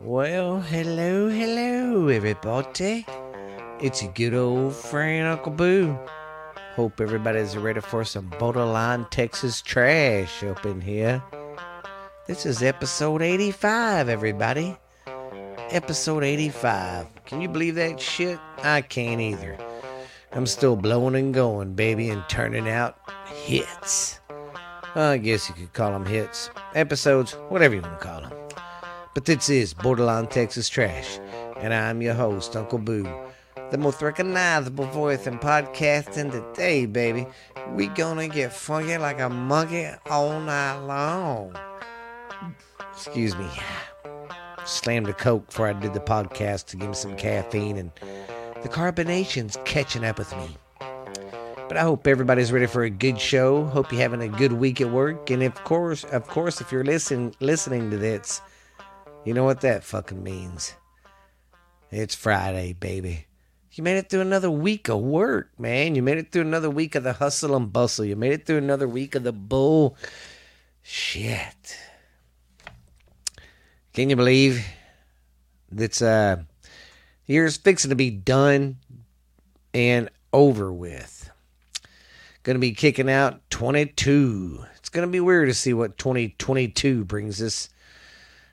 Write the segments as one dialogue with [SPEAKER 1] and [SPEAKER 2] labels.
[SPEAKER 1] Well, hello, hello, everybody. It's your good old friend Uncle Boo. Hope everybody's ready for some borderline Texas trash up in here. This is episode 85, everybody. Episode 85. Can you believe that shit? I can't either. I'm still blowing and going, baby, and turning out hits. I guess you could call them hits, episodes, whatever you want to call them. But this is Borderline Texas Trash, and I'm your host, Uncle Boo, the most recognizable voice in podcasting today, baby. We gonna get funky like a monkey all night long. Excuse me. Slammed a coke before I did the podcast to give me some caffeine, and the carbonation's catching up with me. But I hope everybody's ready for a good show. Hope you're having a good week at work, and of course, of course, if you're listening listening to this. You know what that fucking means. It's Friday, baby. You made it through another week of work, man. You made it through another week of the hustle and bustle. You made it through another week of the bull shit. Can you believe that's uh year's fixing to be done and over with. Gonna be kicking out 22. It's gonna be weird to see what 2022 brings us.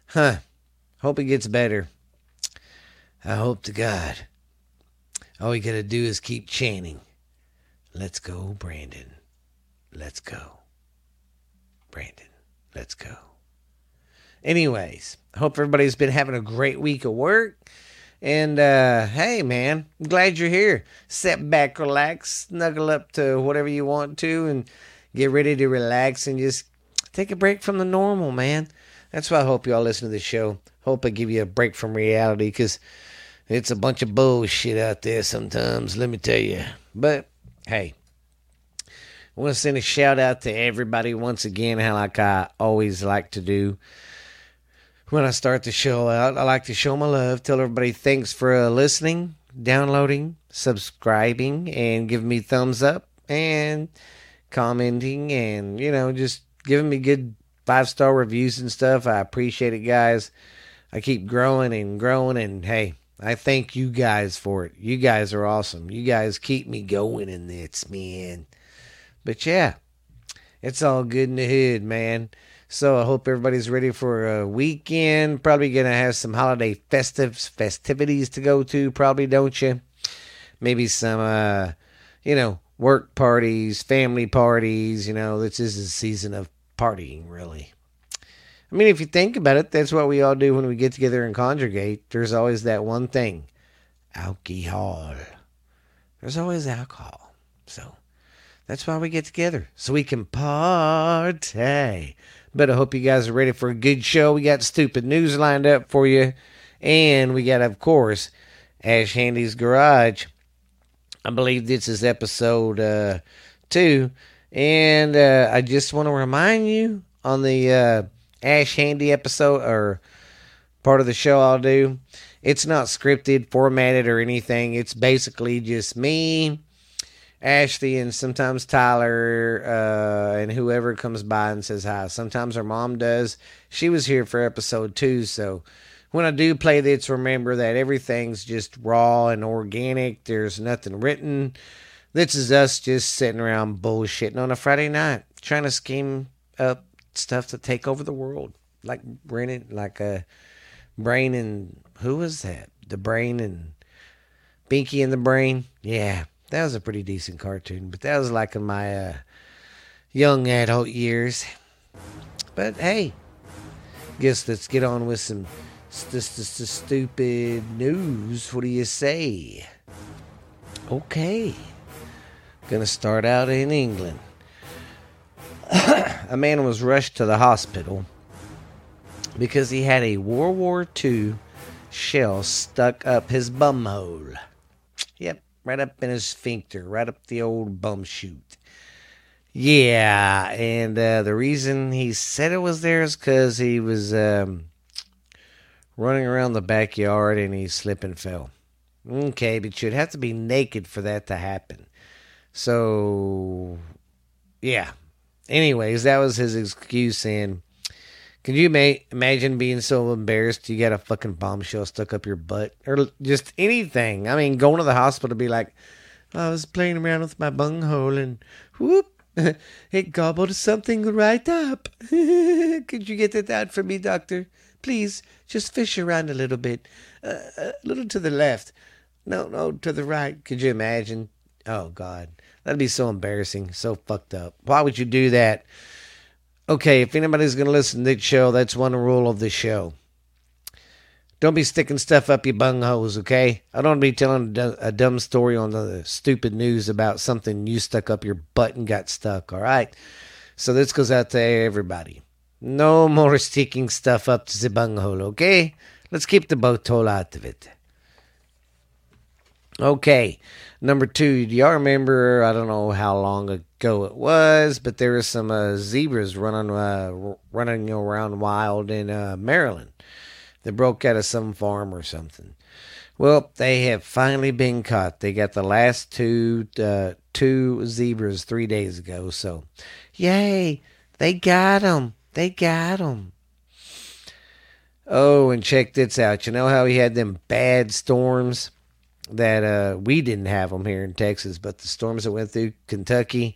[SPEAKER 1] Huh. Hope it gets better. I hope to God. All you gotta do is keep chanting. Let's go, Brandon. Let's go. Brandon, let's go. Anyways, hope everybody's been having a great week of work. And uh, hey, man, I'm glad you're here. Sit back, relax, snuggle up to whatever you want to, and get ready to relax and just take a break from the normal, man. That's why I hope y'all listen to the show. Hope I give you a break from reality because it's a bunch of bullshit out there sometimes, let me tell you. But hey, I want to send a shout out to everybody once again, how like I always like to do when I start the show out. I like to show my love, tell everybody thanks for uh, listening, downloading, subscribing, and giving me thumbs up and commenting and, you know, just giving me good five star reviews and stuff. I appreciate it, guys. I keep growing and growing, and hey, I thank you guys for it. You guys are awesome. You guys keep me going in this, man. But yeah, it's all good in the hood, man. So I hope everybody's ready for a weekend. Probably gonna have some holiday festives festivities to go to, probably, don't you? Maybe some uh you know, work parties, family parties, you know, this is a season of partying really. I mean if you think about it, that's what we all do when we get together and conjugate. There's always that one thing. Alcohol. There's always alcohol. So that's why we get together, so we can party. But I hope you guys are ready for a good show. We got stupid news lined up for you. And we got, of course, Ash Handy's Garage. I believe this is episode uh, two. And uh, I just want to remind you on the uh, Ash Handy episode or part of the show I'll do, it's not scripted, formatted, or anything. It's basically just me. Ashley and sometimes Tyler uh, and whoever comes by and says hi. Sometimes her mom does. She was here for episode two, so when I do play this, remember that everything's just raw and organic. There's nothing written. This is us just sitting around bullshitting on a Friday night, trying to scheme up stuff to take over the world, like Brennan, like uh, Brain and who was that? The Brain and Binky and the Brain. Yeah, that was a pretty decent cartoon, but that was like in my uh, young adult years. But hey, guess let's get on with some st- st- st- stupid news. What do you say? Okay, gonna start out in England. a man was rushed to the hospital because he had a World War II shell stuck up his bum hole. Yep, right up in his sphincter, right up the old bum chute. Yeah, and uh, the reason he said it was there is because he was um, running around the backyard and he slipped and fell. Okay, but you'd have to be naked for that to happen. So, yeah. Anyways, that was his excuse, and Can you ma- imagine being so embarrassed you got a fucking bombshell stuck up your butt or just anything? I mean, going to the hospital to be like, I was playing around with my bunghole and whoop, it gobbled something right up. Could you get that out for me, doctor? Please, just fish around a little bit, uh, a little to the left. No, no, to the right. Could you imagine? Oh, God. That'd be so embarrassing, so fucked up. Why would you do that? Okay, if anybody's going to listen to this show, that's one rule of this show. Don't be sticking stuff up your bungholes, okay? I don't be telling a dumb story on the stupid news about something you stuck up your butt and got stuck, all right? So this goes out to everybody. No more sticking stuff up to the bunghole, okay? Let's keep the butthole out of it. Okay, number two. Do y'all remember? I don't know how long ago it was, but there were some uh, zebras running uh, running around wild in uh, Maryland. They broke out of some farm or something. Well, they have finally been caught. They got the last two uh, two zebras three days ago. So, yay! They got 'em. They got 'em. Oh, and check this out. You know how we had them bad storms that uh, we didn't have them here in Texas, but the storms that went through Kentucky.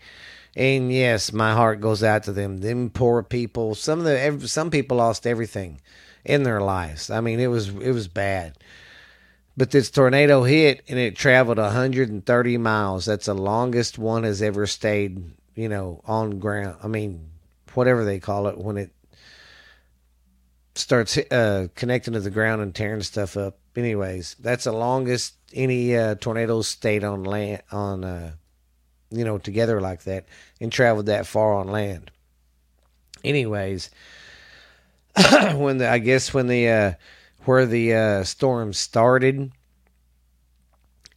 [SPEAKER 1] And yes, my heart goes out to them. Them poor people. Some of the some people lost everything in their lives. I mean, it was it was bad. But this tornado hit and it traveled 130 miles. That's the longest one has ever stayed, you know, on ground. I mean, whatever they call it when it starts uh, connecting to the ground and tearing stuff up. Anyways, that's the longest any uh, tornadoes stayed on land on uh, you know together like that and traveled that far on land. Anyways, when the I guess when the uh, where the uh, storm started,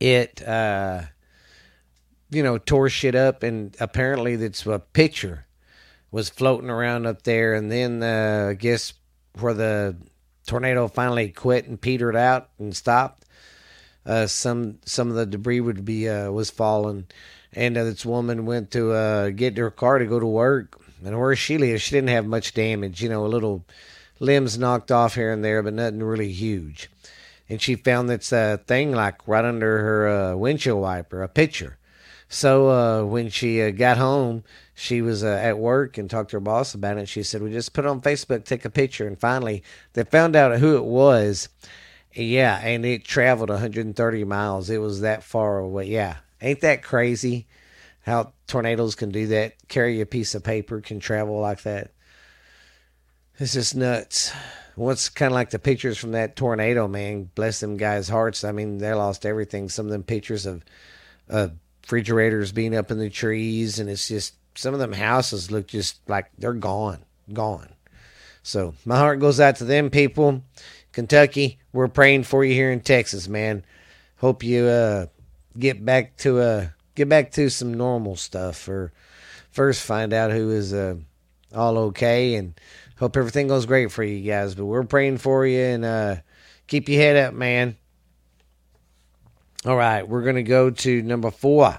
[SPEAKER 1] it uh, you know tore shit up, and apparently that's a picture was floating around up there, and then uh, I guess where the tornado finally quit and petered out and stopped. Uh, some some of the debris would be uh, was falling, and uh, this woman went to uh, get her car to go to work. And where she lives, she didn't have much damage. You know, a little limbs knocked off here and there, but nothing really huge. And she found this uh, thing like right under her uh, windshield wiper, a picture. So uh, when she got home, she was uh, at work and talked to her boss about it. She said, "We just put it on Facebook, take a picture." And finally, they found out who it was. Yeah, and it traveled 130 miles. It was that far away. Yeah, ain't that crazy? How tornadoes can do that? Carry a piece of paper can travel like that. It's just nuts. What's kind of like the pictures from that tornado, man? Bless them guys' hearts. I mean, they lost everything. Some of them pictures of uh, refrigerators being up in the trees, and it's just some of them houses look just like they're gone, gone. So my heart goes out to them people, Kentucky. We're praying for you here in Texas, man. Hope you uh, get back to uh, get back to some normal stuff, or first find out who is uh, all okay, and hope everything goes great for you guys. But we're praying for you and uh, keep your head up, man. All right, we're gonna go to number four.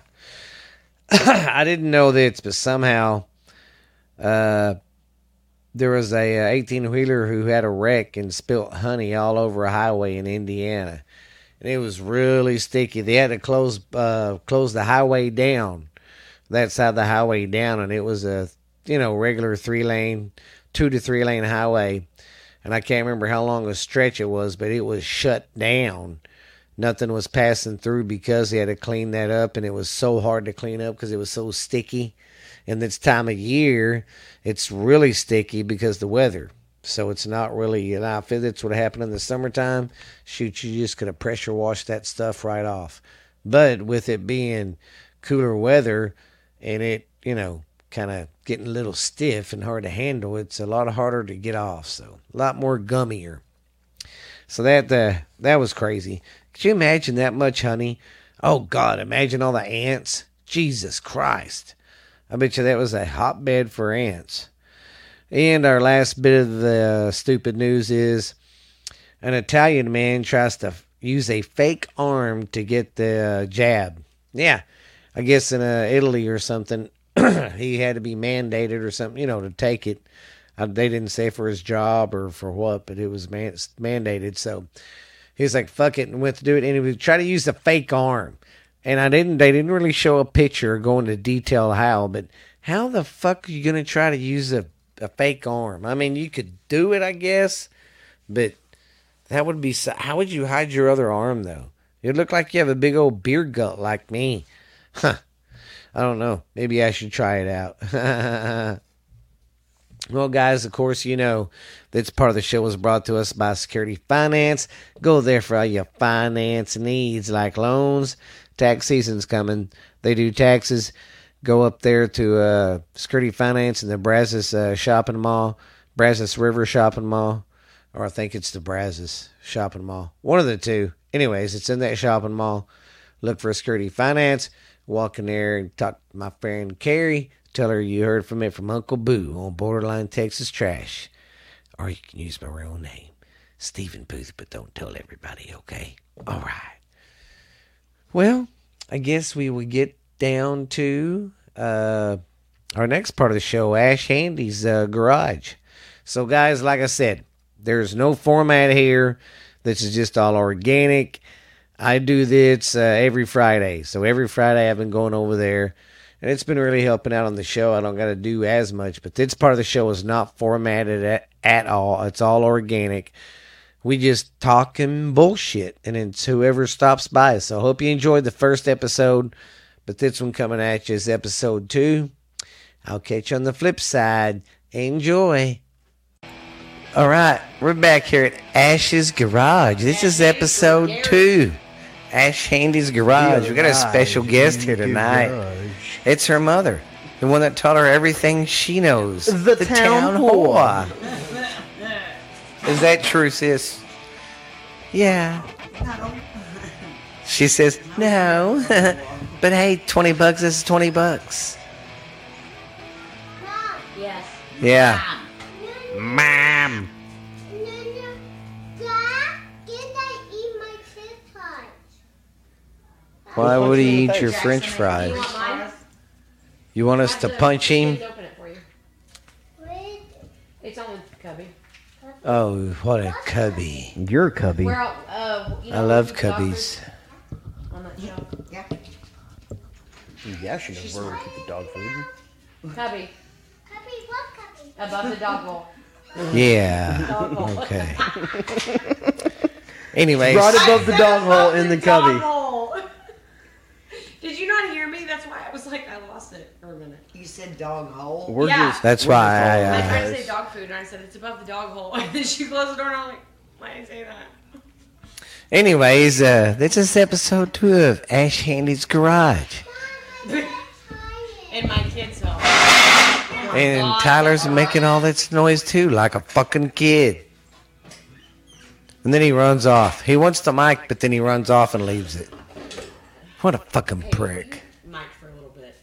[SPEAKER 1] I didn't know this, but somehow uh, there was a 18 wheeler who had a wreck and spilt honey all over a highway in Indiana, and it was really sticky. They had to close uh, close the highway down, that side of the highway down, and it was a you know regular three lane, two to three lane highway, and I can't remember how long a stretch it was, but it was shut down nothing was passing through because they had to clean that up and it was so hard to clean up because it was so sticky and this time of year it's really sticky because the weather so it's not really an outfit that's what happened in the summertime shoot you just could have pressure washed that stuff right off but with it being cooler weather and it you know kind of getting a little stiff and hard to handle it's a lot harder to get off so a lot more gummier so that uh, that was crazy could you imagine that much honey? Oh God, imagine all the ants. Jesus Christ. I bet you that was a hotbed for ants. And our last bit of the stupid news is an Italian man tries to use a fake arm to get the jab. Yeah, I guess in uh, Italy or something, he had to be mandated or something, you know, to take it. Uh, they didn't say for his job or for what, but it was man- mandated. So he was like, fuck it, and went to do it. And he would try to use the fake arm. And I didn't, they didn't really show a picture or go into detail how, but how the fuck are you going to try to use a, a fake arm? I mean, you could do it, I guess, but that would be, so- how would you hide your other arm though? You'd look like you have a big old beer gut like me. Huh. I don't know. Maybe I should try it out. Well, guys, of course, you know this part of the show was brought to us by Security Finance. Go there for all your finance needs like loans. Tax season's coming. They do taxes. Go up there to uh, Security Finance in the Brazos uh, Shopping Mall, Brazos River Shopping Mall, or I think it's the Brazos Shopping Mall. One of the two. Anyways, it's in that shopping mall. Look for Security Finance. Walk in there and talk to my friend Carrie. Tell her you heard from it from Uncle Boo on Borderline Texas Trash. Or you can use my real name, Stephen Booth, but don't tell everybody, okay? All right. Well, I guess we would get down to uh, our next part of the show, Ash Handy's uh, Garage. So, guys, like I said, there's no format here. This is just all organic. I do this uh, every Friday. So every Friday I've been going over there and it's been really helping out on the show. I don't got to do as much, but this part of the show is not formatted at, at all. It's all organic. We just talking bullshit and it's whoever stops by. So I hope you enjoyed the first episode, but this one coming at you is episode two. I'll catch you on the flip side. Enjoy. All right, we're back here at Ash's Garage. This is episode two. Ash Handy's Garage. We got a special guest here tonight. It's her mother, the one that taught her everything she knows.
[SPEAKER 2] The town whore.
[SPEAKER 1] Is that true, sis? Yeah. She says, no. but hey, 20 bucks is 20 bucks.
[SPEAKER 3] Yes.
[SPEAKER 1] Yeah. Mom. Why would he eat your french fries?
[SPEAKER 3] Mine?
[SPEAKER 1] You want us to punch him?
[SPEAKER 3] Open it for you. It's on the cubby.
[SPEAKER 1] Oh, what a cubby.
[SPEAKER 2] Your cubby.
[SPEAKER 3] We're out, uh, you know,
[SPEAKER 1] I love
[SPEAKER 3] we did the
[SPEAKER 1] cubbies.
[SPEAKER 3] doctors On that shelf.
[SPEAKER 2] Yeah, she knows where we keep the dog food.
[SPEAKER 3] Cubby, above the dog bowl.
[SPEAKER 1] Yeah.
[SPEAKER 3] Dog bowl.
[SPEAKER 1] Okay. Anyways,
[SPEAKER 2] Right above the dog hole in the
[SPEAKER 3] Dog
[SPEAKER 2] cubby.
[SPEAKER 3] bowl. Did you not hear me? That's why I was like, I lost it for a minute.
[SPEAKER 4] You said dog hole.
[SPEAKER 2] We're
[SPEAKER 3] Yeah.
[SPEAKER 2] just.
[SPEAKER 1] That's
[SPEAKER 2] we're just
[SPEAKER 1] why I,
[SPEAKER 2] all-
[SPEAKER 3] I
[SPEAKER 1] uh,
[SPEAKER 3] tried to say dog food, and I said it's above the dog hole. And then she closed the door, and I'm like, why did I say that?
[SPEAKER 1] anyways, uh, this is episode two of Ash Handy's Garage,
[SPEAKER 3] And my kids home. Oh
[SPEAKER 1] and Tyler's making all this noise too, like a fucking kid. And then he runs off. He wants the mic, but then he runs off and leaves it. What a fucking prick!
[SPEAKER 3] Mike for a little bit.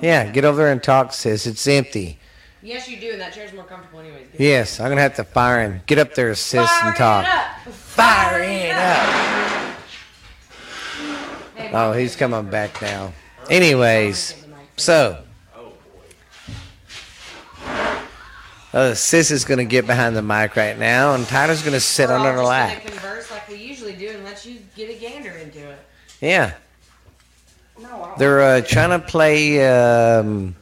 [SPEAKER 1] Yeah, get over there and talk, sis. It's empty.
[SPEAKER 3] Yes, you do, and that chair's more comfortable, anyways. Get
[SPEAKER 1] Yes, I'm gonna have to fire him. Get up there, sis, and
[SPEAKER 3] Fire it
[SPEAKER 1] talk.
[SPEAKER 3] up.
[SPEAKER 1] Fire it up.
[SPEAKER 3] Hey,
[SPEAKER 1] Oh, he's coming back now. Anyways, so uh, sis is gonna get behind the mic right now, and Tyler's gonna sit
[SPEAKER 3] we're
[SPEAKER 1] on
[SPEAKER 3] all
[SPEAKER 1] her
[SPEAKER 3] just gonna
[SPEAKER 1] lap.
[SPEAKER 3] Converse like we usually do, and let you get a gander into it.
[SPEAKER 1] Yeah,
[SPEAKER 3] No, I
[SPEAKER 1] they're uh, trying to play um,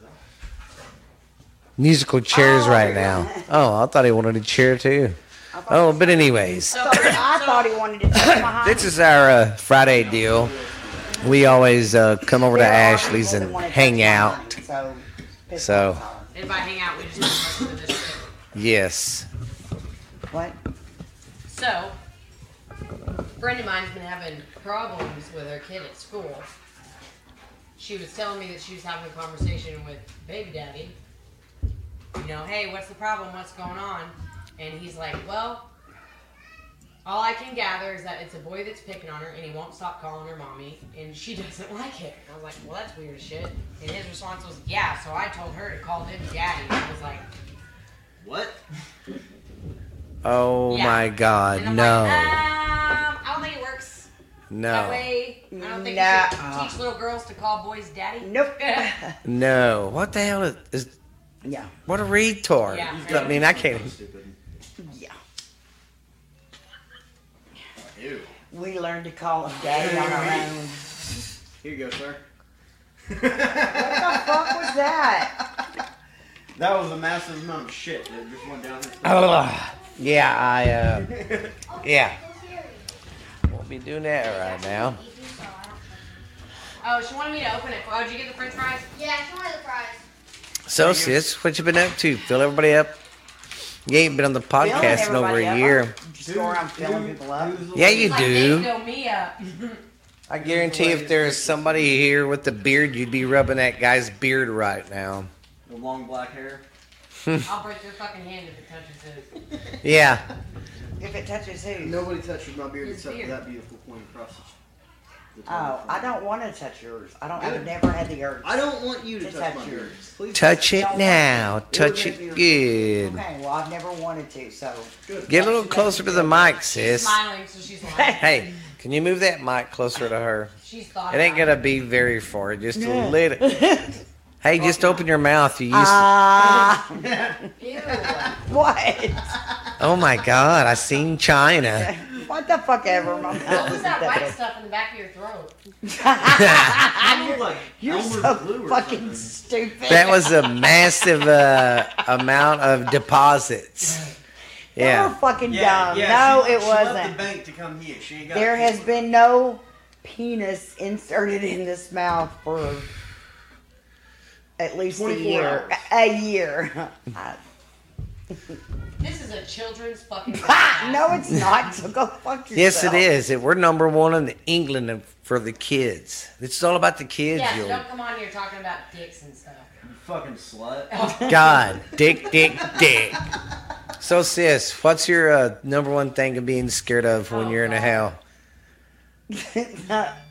[SPEAKER 1] musical chairs right now. Oh, I thought he wanted a chair too. Oh, but anyways.
[SPEAKER 4] I thought he wanted to touch my hind-
[SPEAKER 1] This is our uh, Friday deal. We always uh, come over to Ashley's and hang out.
[SPEAKER 4] So, piss
[SPEAKER 1] So,
[SPEAKER 4] off.
[SPEAKER 3] And by hang out, we just talk about this.
[SPEAKER 1] yes.
[SPEAKER 4] what?
[SPEAKER 3] So, a friend of mine's been having problems with her kid at school. She was telling me that she was having a conversation with baby daddy. You know, hey, what's the problem? What's going on? And he's like, well, all I can gather is that it's a boy that's picking on her and he won't stop calling her mommy and she doesn't like it. I was like, well, that's weird as shit. And his response was, yeah, so I told her to call him daddy. I was like,
[SPEAKER 5] What?
[SPEAKER 1] Oh
[SPEAKER 3] Yeah.
[SPEAKER 1] my
[SPEAKER 3] and
[SPEAKER 1] God,
[SPEAKER 3] I'm
[SPEAKER 1] no,
[SPEAKER 3] like, um, I don't think it works. That
[SPEAKER 1] no,
[SPEAKER 3] way, I don't think we should
[SPEAKER 4] Nuh-uh.
[SPEAKER 3] teach little girls to call boys daddy.
[SPEAKER 4] Nope.
[SPEAKER 3] I
[SPEAKER 1] no. What the hell is? is
[SPEAKER 4] Yeah.
[SPEAKER 1] What a retard.
[SPEAKER 3] Yeah.
[SPEAKER 1] I mean, I can't.
[SPEAKER 5] Stupid.
[SPEAKER 4] Yeah.
[SPEAKER 5] Ew.
[SPEAKER 4] We learned to call him daddy on our own.
[SPEAKER 5] Here you go, sir.
[SPEAKER 4] What the fuck was that?
[SPEAKER 5] That was a massive amount of shit that just went down. his-
[SPEAKER 1] Yeah, I, uh, yeah. Won't be doing that right now.
[SPEAKER 3] Oh, she wanted me to open it. Oh, did you get the French fries?
[SPEAKER 6] Yeah, it's one of the fries.
[SPEAKER 1] So, sis, what you been up to? Fill everybody up. You ain't been on the
[SPEAKER 4] Filling
[SPEAKER 1] podcast in over
[SPEAKER 4] everybody
[SPEAKER 1] a
[SPEAKER 4] up.
[SPEAKER 1] year.
[SPEAKER 4] I'm Just go around filling people up.
[SPEAKER 5] who's the
[SPEAKER 1] Yeah,
[SPEAKER 5] lady-
[SPEAKER 1] you
[SPEAKER 3] Like,
[SPEAKER 1] do.
[SPEAKER 3] they fill me up.
[SPEAKER 1] I guarantee if there's somebody here with a beard, you'd be rubbing that guy's beard right now.
[SPEAKER 5] The long black hair.
[SPEAKER 3] I'll break your fucking hand if it touches his.
[SPEAKER 1] Yeah.
[SPEAKER 4] If it touches who?
[SPEAKER 5] Nobody touches my beard
[SPEAKER 3] Your
[SPEAKER 5] except for
[SPEAKER 3] beard.
[SPEAKER 5] that beautiful point across the the top
[SPEAKER 4] Oh,
[SPEAKER 5] of the
[SPEAKER 4] I
[SPEAKER 5] front.
[SPEAKER 4] don't want to touch yours. I don't. I've
[SPEAKER 5] Good.
[SPEAKER 4] never had the urge.
[SPEAKER 5] I don't want you to
[SPEAKER 4] Just
[SPEAKER 5] touch
[SPEAKER 4] touch
[SPEAKER 5] my beard.
[SPEAKER 4] yours.
[SPEAKER 5] Please.
[SPEAKER 1] Touch it now. Touch it good.
[SPEAKER 4] Okay, well, I've never wanted to, so
[SPEAKER 5] Good.
[SPEAKER 1] Get a little closer to the mic,
[SPEAKER 3] She's
[SPEAKER 1] sis.
[SPEAKER 3] smiling, so she's lying.
[SPEAKER 1] Hey, can you move that mic closer to her?
[SPEAKER 3] She's thought.
[SPEAKER 1] It ain't
[SPEAKER 3] about
[SPEAKER 1] gonna be very far, just a little. Hey, just open your mouth. You used to...
[SPEAKER 4] ah,
[SPEAKER 3] it.
[SPEAKER 4] what?
[SPEAKER 1] Oh my God, I seen China.
[SPEAKER 4] What the fuck ever? My
[SPEAKER 3] Ew. What
[SPEAKER 4] mouth
[SPEAKER 3] was
[SPEAKER 4] isn't
[SPEAKER 3] that white
[SPEAKER 4] that
[SPEAKER 3] stuff in the back of your throat?
[SPEAKER 5] I look like
[SPEAKER 4] You're
[SPEAKER 5] Elmer's glue
[SPEAKER 4] so
[SPEAKER 5] or something.
[SPEAKER 4] fucking stupid.
[SPEAKER 1] That was a massive uh, amount of deposits.
[SPEAKER 4] You're
[SPEAKER 1] Yeah,
[SPEAKER 4] fucking
[SPEAKER 5] Yeah,
[SPEAKER 4] dumb.
[SPEAKER 5] yeah,
[SPEAKER 4] no,
[SPEAKER 5] she-
[SPEAKER 4] it
[SPEAKER 5] she Left the
[SPEAKER 4] wasn't.
[SPEAKER 5] bank to come here. She ain't got
[SPEAKER 4] There has
[SPEAKER 5] people.
[SPEAKER 4] been no penis inserted in this mouth for at least a
[SPEAKER 5] 24
[SPEAKER 4] year.
[SPEAKER 5] hours.
[SPEAKER 4] A a year. I-
[SPEAKER 3] This is a children's fucking.
[SPEAKER 4] Ha! Uh, no, it's not. So go fuck yourself.
[SPEAKER 1] yes, it is. It- We're number one in England for the kids. It's all about the kids,
[SPEAKER 3] Yeah, so
[SPEAKER 1] you
[SPEAKER 3] don't come on here talking about dicks and stuff.
[SPEAKER 5] Fucking slut.
[SPEAKER 1] God, dick, dick, dick. So, sis, what's your uh, number one thing of being scared of when
[SPEAKER 3] Oh,
[SPEAKER 1] you're in a
[SPEAKER 3] God.
[SPEAKER 1] hell?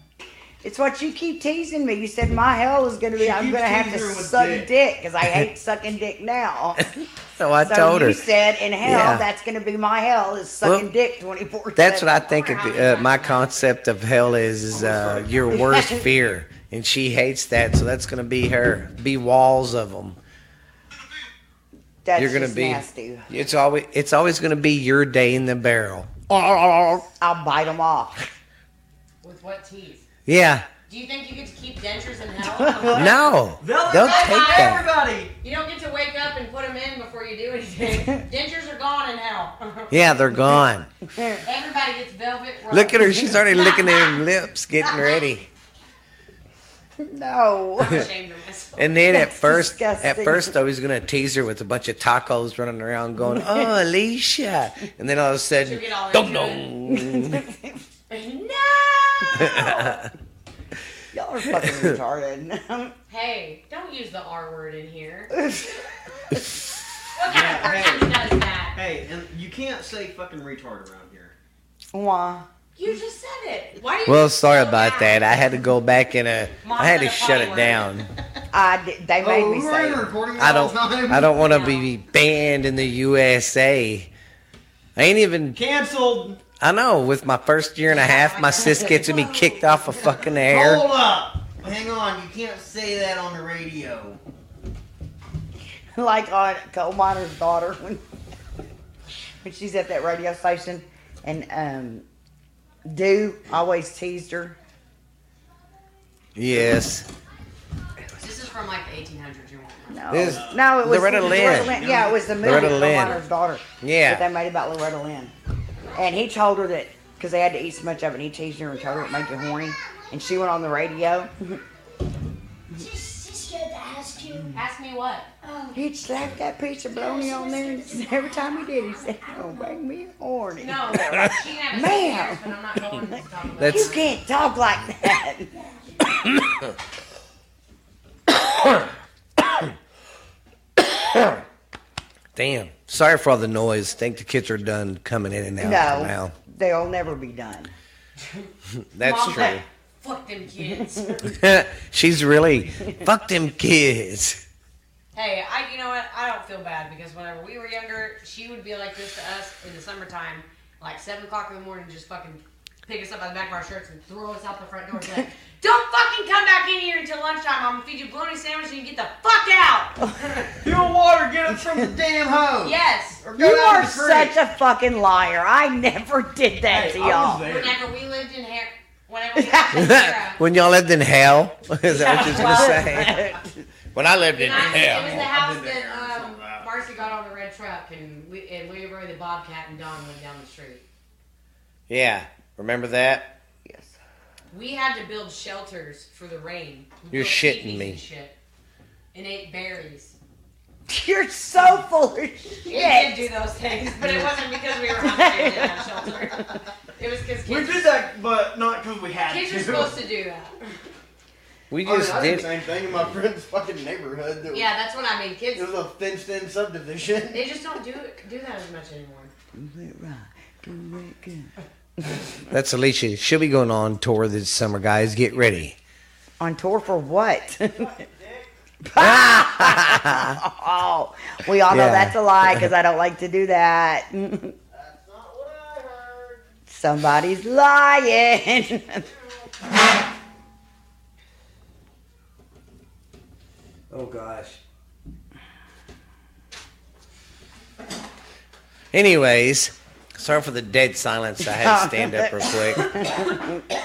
[SPEAKER 4] It's what you keep teasing me. You said my hell is gonna be.
[SPEAKER 5] She
[SPEAKER 4] I'm
[SPEAKER 5] keeps
[SPEAKER 4] gonna have to
[SPEAKER 5] teasing her with
[SPEAKER 4] suck
[SPEAKER 5] dick.
[SPEAKER 4] dick because I hate sucking dick now.
[SPEAKER 1] So I
[SPEAKER 4] so
[SPEAKER 1] told
[SPEAKER 4] you
[SPEAKER 1] her.
[SPEAKER 4] said in hell
[SPEAKER 1] Yeah.
[SPEAKER 4] that's gonna be my hell is sucking
[SPEAKER 1] Well,
[SPEAKER 4] dick 24.
[SPEAKER 1] That's what I think. Of the, uh, my concept of hell is, is uh, your worst fear, and she hates that. So that's gonna be her. Be walls of them.
[SPEAKER 4] That's
[SPEAKER 1] You're gonna
[SPEAKER 4] just
[SPEAKER 1] be.
[SPEAKER 4] nasty.
[SPEAKER 1] It's always it's always gonna be your day in the barrel.
[SPEAKER 4] I'll bite them off.
[SPEAKER 3] With what teeth?
[SPEAKER 1] Yeah.
[SPEAKER 3] Do you think you get to keep dentures in hell?
[SPEAKER 1] No. They'll
[SPEAKER 5] They'll
[SPEAKER 1] take that.
[SPEAKER 5] Everybody.
[SPEAKER 3] You don't get to wake up and put them in before you do anything. dentures are gone in hell.
[SPEAKER 1] Yeah, they're gone.
[SPEAKER 3] Everybody gets velvet. Rope.
[SPEAKER 1] Look at her. She's already licking her lips, getting ready.
[SPEAKER 4] No.
[SPEAKER 3] I'm ashamed of myself.
[SPEAKER 1] And then at
[SPEAKER 4] That's
[SPEAKER 1] first, at
[SPEAKER 4] disgusting.
[SPEAKER 1] first, I was gonna tease her with a bunch of tacos running around, going, "Oh, Alicia!" And then all of a
[SPEAKER 3] She'll
[SPEAKER 1] sudden,
[SPEAKER 3] get all
[SPEAKER 1] dum
[SPEAKER 3] into
[SPEAKER 1] dum.
[SPEAKER 3] No.
[SPEAKER 4] Y'all are fucking retarded.
[SPEAKER 3] Hey, don't use the R word in here. What kind of
[SPEAKER 5] Yeah,
[SPEAKER 3] person does that?
[SPEAKER 5] Hey, and you can't say fucking retard around here.
[SPEAKER 4] Why?
[SPEAKER 3] You just said it. Why do you?
[SPEAKER 1] Well, sorry about that. I had to go back and uh, I had to shut it down.
[SPEAKER 4] I did, they made me
[SPEAKER 5] we're
[SPEAKER 4] say
[SPEAKER 1] Oh,
[SPEAKER 5] in a
[SPEAKER 4] it.
[SPEAKER 5] Oh, recording
[SPEAKER 1] I
[SPEAKER 5] all
[SPEAKER 1] don't.
[SPEAKER 5] the time.
[SPEAKER 1] I don't want to be banned in the USA. I ain't even.
[SPEAKER 5] Cancelled.
[SPEAKER 1] I know. With my first year and a half, my sis gets me kicked off a fucking air.
[SPEAKER 5] Hold up. Hang on. You can't say that on the radio.
[SPEAKER 4] like on coal miner's daughter when when she's at that radio station and um do always teased her.
[SPEAKER 1] Yes.
[SPEAKER 3] This is from like the 1800s. You want one?
[SPEAKER 4] No,
[SPEAKER 1] This-
[SPEAKER 4] no, it was
[SPEAKER 1] Loretta
[SPEAKER 4] it was
[SPEAKER 1] Lynn.
[SPEAKER 4] Yeah, it was the movie
[SPEAKER 1] Loretta
[SPEAKER 4] Coal
[SPEAKER 1] Lynn.
[SPEAKER 4] Miner's daughter.
[SPEAKER 1] Yeah.
[SPEAKER 4] that they made about Loretta Lynn, and he told her that because they had to eat so much of it, he teased her and told her it made you horny, and she went on the radio.
[SPEAKER 6] She's, she's scared to ask you.
[SPEAKER 3] Ask me what?
[SPEAKER 6] Um,
[SPEAKER 4] He'd slap that piece of bologna on there, and every time he did, he said, "Oh, make me horny."
[SPEAKER 3] No, she can have it
[SPEAKER 4] Ma'am.
[SPEAKER 3] upstairs, but I'm not going to talk about
[SPEAKER 1] That's-
[SPEAKER 4] You can't talk like that.
[SPEAKER 1] Damn. Sorry for all the noise. Think the kids are done coming in and out
[SPEAKER 4] no,
[SPEAKER 1] now.
[SPEAKER 4] they'll never be done.
[SPEAKER 1] That's
[SPEAKER 3] Mom,
[SPEAKER 1] true.
[SPEAKER 3] Fuck them kids.
[SPEAKER 1] She's really fuck them kids.
[SPEAKER 3] hey, I you know what? I don't feel bad because whenever we were younger, she would be like this to us in the summertime, like seven o'clock in the morning, just fucking pick us up by the back of our shirts and throw us out the front door. and be like, Don't fucking come back in here until lunchtime. I'm gonna feed you a bologna sandwich and you get the fuck out.
[SPEAKER 5] Pure water, get it from the damn hose.
[SPEAKER 3] yes.
[SPEAKER 5] Or go
[SPEAKER 4] You
[SPEAKER 5] down
[SPEAKER 4] are
[SPEAKER 5] the creek.
[SPEAKER 4] such a fucking liar. I never did that
[SPEAKER 5] Hey,
[SPEAKER 4] to
[SPEAKER 5] I was
[SPEAKER 4] y'all.
[SPEAKER 5] there.
[SPEAKER 3] Whenever we lived in Har whenever we lived in Hera,
[SPEAKER 1] when y'all lived in hell, is that what you're gonna say? When I lived in
[SPEAKER 3] And I- it was
[SPEAKER 1] hell,
[SPEAKER 3] the
[SPEAKER 5] I
[SPEAKER 3] house
[SPEAKER 5] did that.
[SPEAKER 3] that um,
[SPEAKER 5] Wow.
[SPEAKER 3] Marcy got on the red truck, and we and we rode the Bobcat, and Don went down the street.
[SPEAKER 1] yeah, remember that?
[SPEAKER 4] Yes.
[SPEAKER 3] We had to build shelters for the rain. We
[SPEAKER 1] You're
[SPEAKER 3] built
[SPEAKER 1] shitting
[SPEAKER 3] teepees
[SPEAKER 1] me.
[SPEAKER 3] And, shit, and ate berries.
[SPEAKER 4] You're so full of
[SPEAKER 3] We did
[SPEAKER 4] shit.
[SPEAKER 3] do those things, but it wasn't because we were hungry and didn't have shelter. It was because
[SPEAKER 5] We
[SPEAKER 3] kids,
[SPEAKER 5] did that, but not because we had
[SPEAKER 3] kids
[SPEAKER 5] to.
[SPEAKER 3] are supposed to do that.
[SPEAKER 1] We
[SPEAKER 5] Oh, I mean,
[SPEAKER 1] just
[SPEAKER 5] I did
[SPEAKER 1] did.
[SPEAKER 5] the same thing in my friend's fucking neighborhood. That
[SPEAKER 3] Yeah, that's what I mean.
[SPEAKER 5] was,
[SPEAKER 3] Kids,
[SPEAKER 5] it was a thin, thin subdivision.
[SPEAKER 3] they just don't do it- do that as much anymore.
[SPEAKER 1] That's Alicia. She'll be going on tour this summer, guys. Get ready.
[SPEAKER 4] On tour for what? oh, we all know
[SPEAKER 1] Yeah.
[SPEAKER 4] that's a lie because I don't like to do that.
[SPEAKER 5] That's not what I heard.
[SPEAKER 4] Somebody's lying.
[SPEAKER 1] Oh gosh. Anyways, sorry for the dead silence. I had to stand up real quick.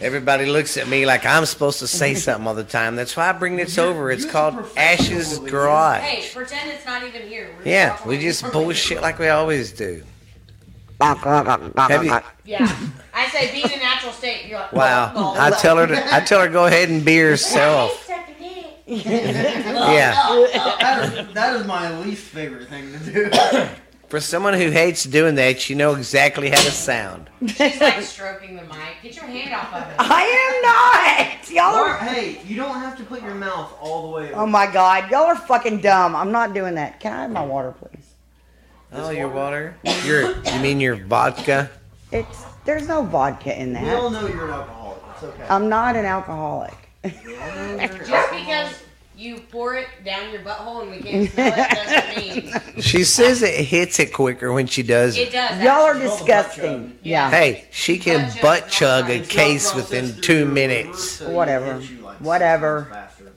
[SPEAKER 1] Everybody looks at me like I'm supposed to say something all the time. That's why I bring this over. It's called Ashes Garage.
[SPEAKER 3] Hey, pretend it's not even here. We're just
[SPEAKER 1] Yeah,
[SPEAKER 3] talking
[SPEAKER 1] we
[SPEAKER 3] about-
[SPEAKER 1] just bullshit like we always do. Have you-
[SPEAKER 4] I
[SPEAKER 3] Yeah, I say be in a natural state. You're like,
[SPEAKER 1] wow, I tell her to I tell her go ahead and be herself. Yeah.
[SPEAKER 5] That is, that is my least favorite thing to do.
[SPEAKER 1] For someone who hates doing that, you know exactly how to sound.
[SPEAKER 3] She's like stroking the mic. Get your hand off of it.
[SPEAKER 4] am not. Y'all
[SPEAKER 5] Or,
[SPEAKER 4] are.
[SPEAKER 5] hey, you don't have to put your mouth all the way.
[SPEAKER 4] Oh
[SPEAKER 5] Over.
[SPEAKER 4] my God, y'all are fucking dumb. I'm not doing that. Can I have my water, please?
[SPEAKER 1] Oh, your water? Your you mean your vodka?
[SPEAKER 4] It's there's no vodka in
[SPEAKER 5] we all
[SPEAKER 4] that.
[SPEAKER 5] know you're an alcoholic. It's okay.
[SPEAKER 4] I'm not an alcoholic.
[SPEAKER 5] We all know you're an
[SPEAKER 3] Just
[SPEAKER 5] alcoholic.
[SPEAKER 3] because you pour it down your butthole and we can't smell it doesn't mean
[SPEAKER 1] She says it hits it quicker when she does.
[SPEAKER 3] it
[SPEAKER 1] it.
[SPEAKER 3] does.
[SPEAKER 4] Y'all are
[SPEAKER 3] actually.
[SPEAKER 4] disgusting.
[SPEAKER 3] Yeah.
[SPEAKER 4] Yeah.
[SPEAKER 1] Hey, she can
[SPEAKER 3] Butt
[SPEAKER 1] butt
[SPEAKER 3] chug
[SPEAKER 1] chug a
[SPEAKER 3] is
[SPEAKER 5] It's not
[SPEAKER 1] case
[SPEAKER 5] processed
[SPEAKER 1] within
[SPEAKER 5] through
[SPEAKER 1] two
[SPEAKER 5] your liver,
[SPEAKER 1] minutes.
[SPEAKER 5] so you
[SPEAKER 4] Whatever.
[SPEAKER 5] hit you, like, six
[SPEAKER 4] Whatever.
[SPEAKER 5] times faster.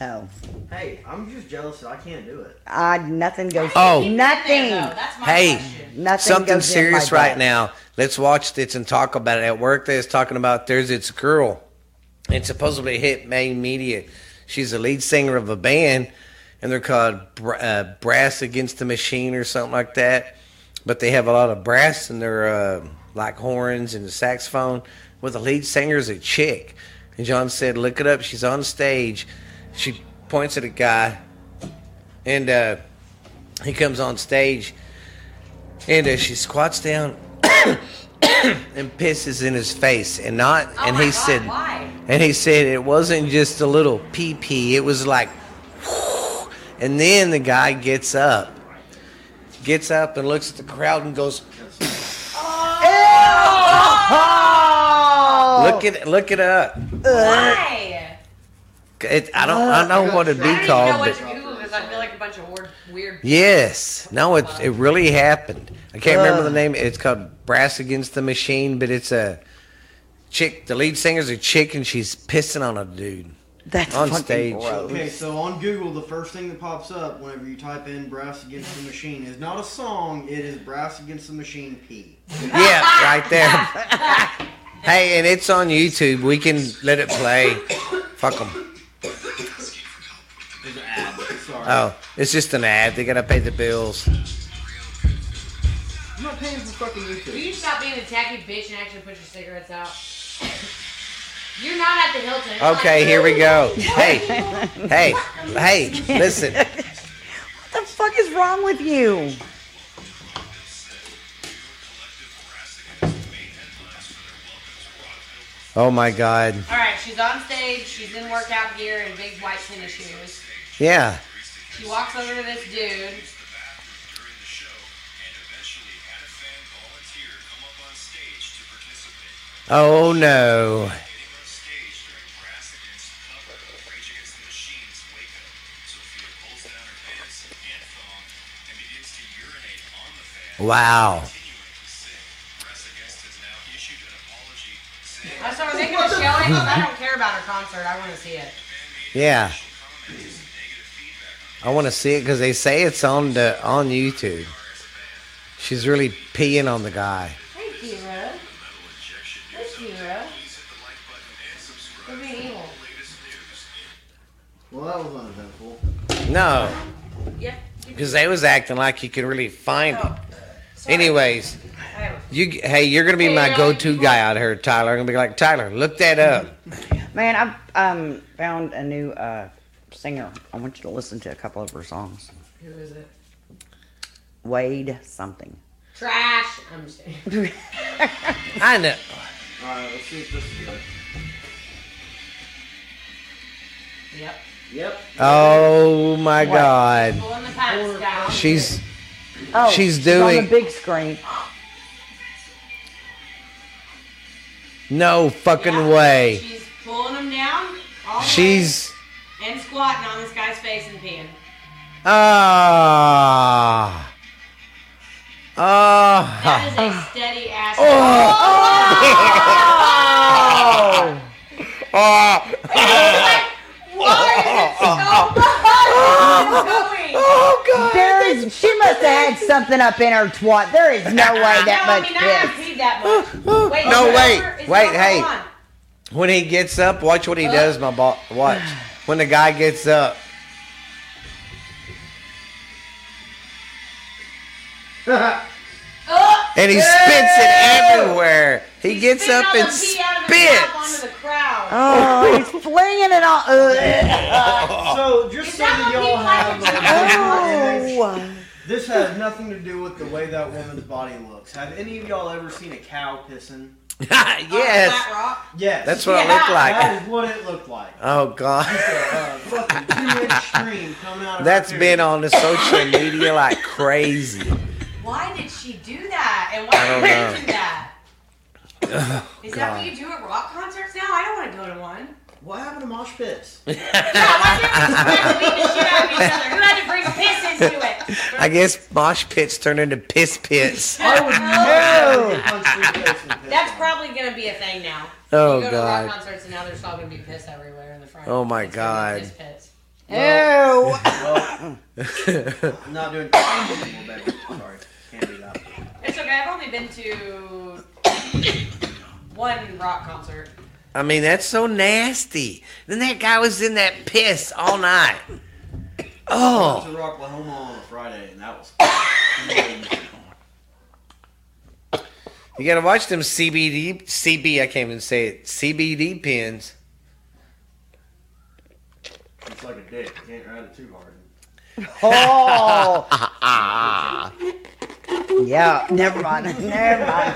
[SPEAKER 4] Oh,
[SPEAKER 5] Hey, I'm just jealous that I can't do it.
[SPEAKER 4] I nothing goes.
[SPEAKER 1] Oh.
[SPEAKER 3] Keep it in there,
[SPEAKER 4] nothing.
[SPEAKER 3] though. That's my
[SPEAKER 1] Hey.
[SPEAKER 3] question.
[SPEAKER 4] Nothing.
[SPEAKER 1] Something
[SPEAKER 4] goes in my
[SPEAKER 1] serious right
[SPEAKER 4] butt.
[SPEAKER 1] now. Let's watch this and talk about it. At work, they was talking about there's this girl. It supposedly hit main media. She's the lead singer of a band, and they're called Br- uh, Brass Against the Machine or something like that. But they have a lot of brass in their uh, like horns and saxophone. Well, the lead singer's a chick. And John said, "Look it up. She's on stage. She points at a guy, and uh, he comes on stage, and uh, she squats down." and pisses in his face and not
[SPEAKER 3] Oh
[SPEAKER 1] and
[SPEAKER 3] my
[SPEAKER 1] he
[SPEAKER 3] God,
[SPEAKER 1] said
[SPEAKER 3] why?
[SPEAKER 1] and he said it wasn't just a little pee pee, it was like, and then the guy gets up, gets up and looks at the crowd and goes,
[SPEAKER 3] Oh.
[SPEAKER 1] look it, look it up.
[SPEAKER 3] Why?
[SPEAKER 1] It, I don't, I don't know what it'd
[SPEAKER 3] I
[SPEAKER 1] be
[SPEAKER 3] don't even know
[SPEAKER 1] called,
[SPEAKER 3] what
[SPEAKER 1] but
[SPEAKER 3] to Google because I feel like a bunch of weird, weird.
[SPEAKER 1] yes, no, it, it really happened. I can't remember the name. It's called Brass Against the Machine, but it's a chick. The lead singer's a chick, and she's pissing on a dude.
[SPEAKER 4] That's
[SPEAKER 1] On
[SPEAKER 4] fucking
[SPEAKER 1] stage.
[SPEAKER 4] gross.
[SPEAKER 5] Okay, so on Google, the first thing that pops up whenever you type in "Brass Against the Machine" is not a song; it is "Brass Against the Machine" P.
[SPEAKER 1] Yeah, right there. hey, and it's on YouTube. We can let it play. Fuck 'em.
[SPEAKER 5] It's an ad. Sorry,
[SPEAKER 1] Oh, it's just an ad. They gotta pay the bills.
[SPEAKER 5] I'm not paying for fucking
[SPEAKER 3] Will
[SPEAKER 5] YouTube.
[SPEAKER 3] you stop being a tacky bitch and actually put your cigarettes out? You're not at the Hilton. It's like-
[SPEAKER 1] Okay, here we go. Hey, hey, hey, listen.
[SPEAKER 4] What the fuck is wrong with you?
[SPEAKER 1] Oh my God.
[SPEAKER 3] All right, she's on stage. She's in workout gear and big white tennis shoes.
[SPEAKER 1] Yeah.
[SPEAKER 3] She walks over to this dude.
[SPEAKER 1] Oh no.
[SPEAKER 7] Wow.
[SPEAKER 1] Wow.
[SPEAKER 7] issued an apology saying
[SPEAKER 3] I started thinking of Shelly because I don't care about her concert. I want to see it.
[SPEAKER 1] Yeah,
[SPEAKER 7] comment is negative feedback on
[SPEAKER 1] I want to see it because they say it's on the on YouTube. She's really peeing on the guy.
[SPEAKER 3] Thank you, Ro.
[SPEAKER 7] metal injection news.
[SPEAKER 3] Thank you, Ro.
[SPEAKER 7] Please hit the like button and subscribe
[SPEAKER 3] We're being evil.
[SPEAKER 7] for the latest news.
[SPEAKER 5] Well, that was uneventful.
[SPEAKER 1] No,
[SPEAKER 3] Yeah.
[SPEAKER 1] because they was acting like you could really find
[SPEAKER 3] Oh,
[SPEAKER 1] it. Anyways, you hey, you're gonna be my go-to guy out here, Tyler. I'm gonna be like Tyler, look that up.
[SPEAKER 4] Man, I've um, found a new uh, singer. I want you to listen to a couple of her songs.
[SPEAKER 3] Who is it?
[SPEAKER 4] Wade something.
[SPEAKER 3] Trash. I'm just kidding.
[SPEAKER 1] I know.
[SPEAKER 5] Alright, let's see if this is good.
[SPEAKER 3] Yep.
[SPEAKER 5] Yep.
[SPEAKER 1] Oh my God,
[SPEAKER 3] Pulling the pants down.
[SPEAKER 1] she's
[SPEAKER 4] Oh,
[SPEAKER 1] She's
[SPEAKER 4] on
[SPEAKER 1] doing-
[SPEAKER 4] the big screen.
[SPEAKER 1] no
[SPEAKER 3] Yeah.
[SPEAKER 1] fucking way.
[SPEAKER 3] She's pulling them down. All the
[SPEAKER 1] She's
[SPEAKER 3] way and squatting on this guy's face and peeing.
[SPEAKER 1] ah
[SPEAKER 3] That
[SPEAKER 1] ah.
[SPEAKER 3] is a steady ass.
[SPEAKER 1] Oh! Oh! Oh God!
[SPEAKER 4] There is. She must have had something up in her twat. There is no way that
[SPEAKER 3] no,
[SPEAKER 4] much.
[SPEAKER 3] I mean, I haven't
[SPEAKER 4] piss.
[SPEAKER 3] peed that much. Wait,
[SPEAKER 1] No,
[SPEAKER 3] it's
[SPEAKER 1] wait,
[SPEAKER 3] over. It's
[SPEAKER 1] wait,
[SPEAKER 3] over.
[SPEAKER 1] hey.
[SPEAKER 3] Hold on.
[SPEAKER 1] When he gets up, watch what he does, my boy. Watch. When the guy gets up. and he spits it everywhere. He gets
[SPEAKER 3] Spit
[SPEAKER 1] up
[SPEAKER 3] all
[SPEAKER 1] and
[SPEAKER 3] the pee out of his mouth
[SPEAKER 1] spits.
[SPEAKER 3] onto the crowd.
[SPEAKER 4] Oh, he's flinging it all. Ugh. Oh.
[SPEAKER 5] So, just
[SPEAKER 3] Is
[SPEAKER 5] so
[SPEAKER 3] that
[SPEAKER 5] that
[SPEAKER 3] what
[SPEAKER 5] y'all have
[SPEAKER 3] people
[SPEAKER 5] an image,
[SPEAKER 4] Oh.
[SPEAKER 5] this has nothing to do with the way that woman's body looks. Have any of y'all ever seen a cow pissing?
[SPEAKER 1] yes.
[SPEAKER 3] Flat Oh, Rock.
[SPEAKER 5] Yes.
[SPEAKER 1] That's what it
[SPEAKER 3] Yeah,
[SPEAKER 1] looked like.
[SPEAKER 5] That is what it looked like.
[SPEAKER 1] Oh, God.
[SPEAKER 5] Uh, fucking two inch stream coming out of
[SPEAKER 1] That's
[SPEAKER 5] her
[SPEAKER 1] been
[SPEAKER 5] period.
[SPEAKER 1] on the social media like crazy.
[SPEAKER 3] Why did she do that? And why
[SPEAKER 1] I don't
[SPEAKER 3] did
[SPEAKER 1] know.
[SPEAKER 3] you do that? Is that what you do at rock concerts now? I don't want to go to one.
[SPEAKER 5] What happened to mosh pits?
[SPEAKER 3] Yeah, why can't we just have to beat the shit out of each other? Who had to bring piss into it?
[SPEAKER 1] I guess mosh pits turned into piss pits.
[SPEAKER 5] I would never punch three face and piss
[SPEAKER 3] That's
[SPEAKER 5] on.
[SPEAKER 3] probably gonna be a thing now.
[SPEAKER 1] Oh,
[SPEAKER 3] you go to
[SPEAKER 1] God.
[SPEAKER 3] rock concerts and now there's all gonna be piss everywhere in the front.
[SPEAKER 1] Oh, my
[SPEAKER 3] It's gonna be
[SPEAKER 1] God.
[SPEAKER 3] Piss pits.
[SPEAKER 4] Ew.
[SPEAKER 5] Well, I'm not doing anymore, baby. Sorry. Can't do that.
[SPEAKER 3] It's okay. I've only been to one rock concert.
[SPEAKER 1] I mean, that's so nasty. Then that guy was in that piss all night.
[SPEAKER 5] I went
[SPEAKER 1] Oh,
[SPEAKER 5] to Rocklahoma on a Friday, and that was.
[SPEAKER 1] you gotta watch them CBD, CB. I can't even say it. CBD pins.
[SPEAKER 5] It's like a dick. You can't ride it too hard.
[SPEAKER 4] Oh.
[SPEAKER 1] Uh-uh.
[SPEAKER 4] yeah, never mind. Never mind.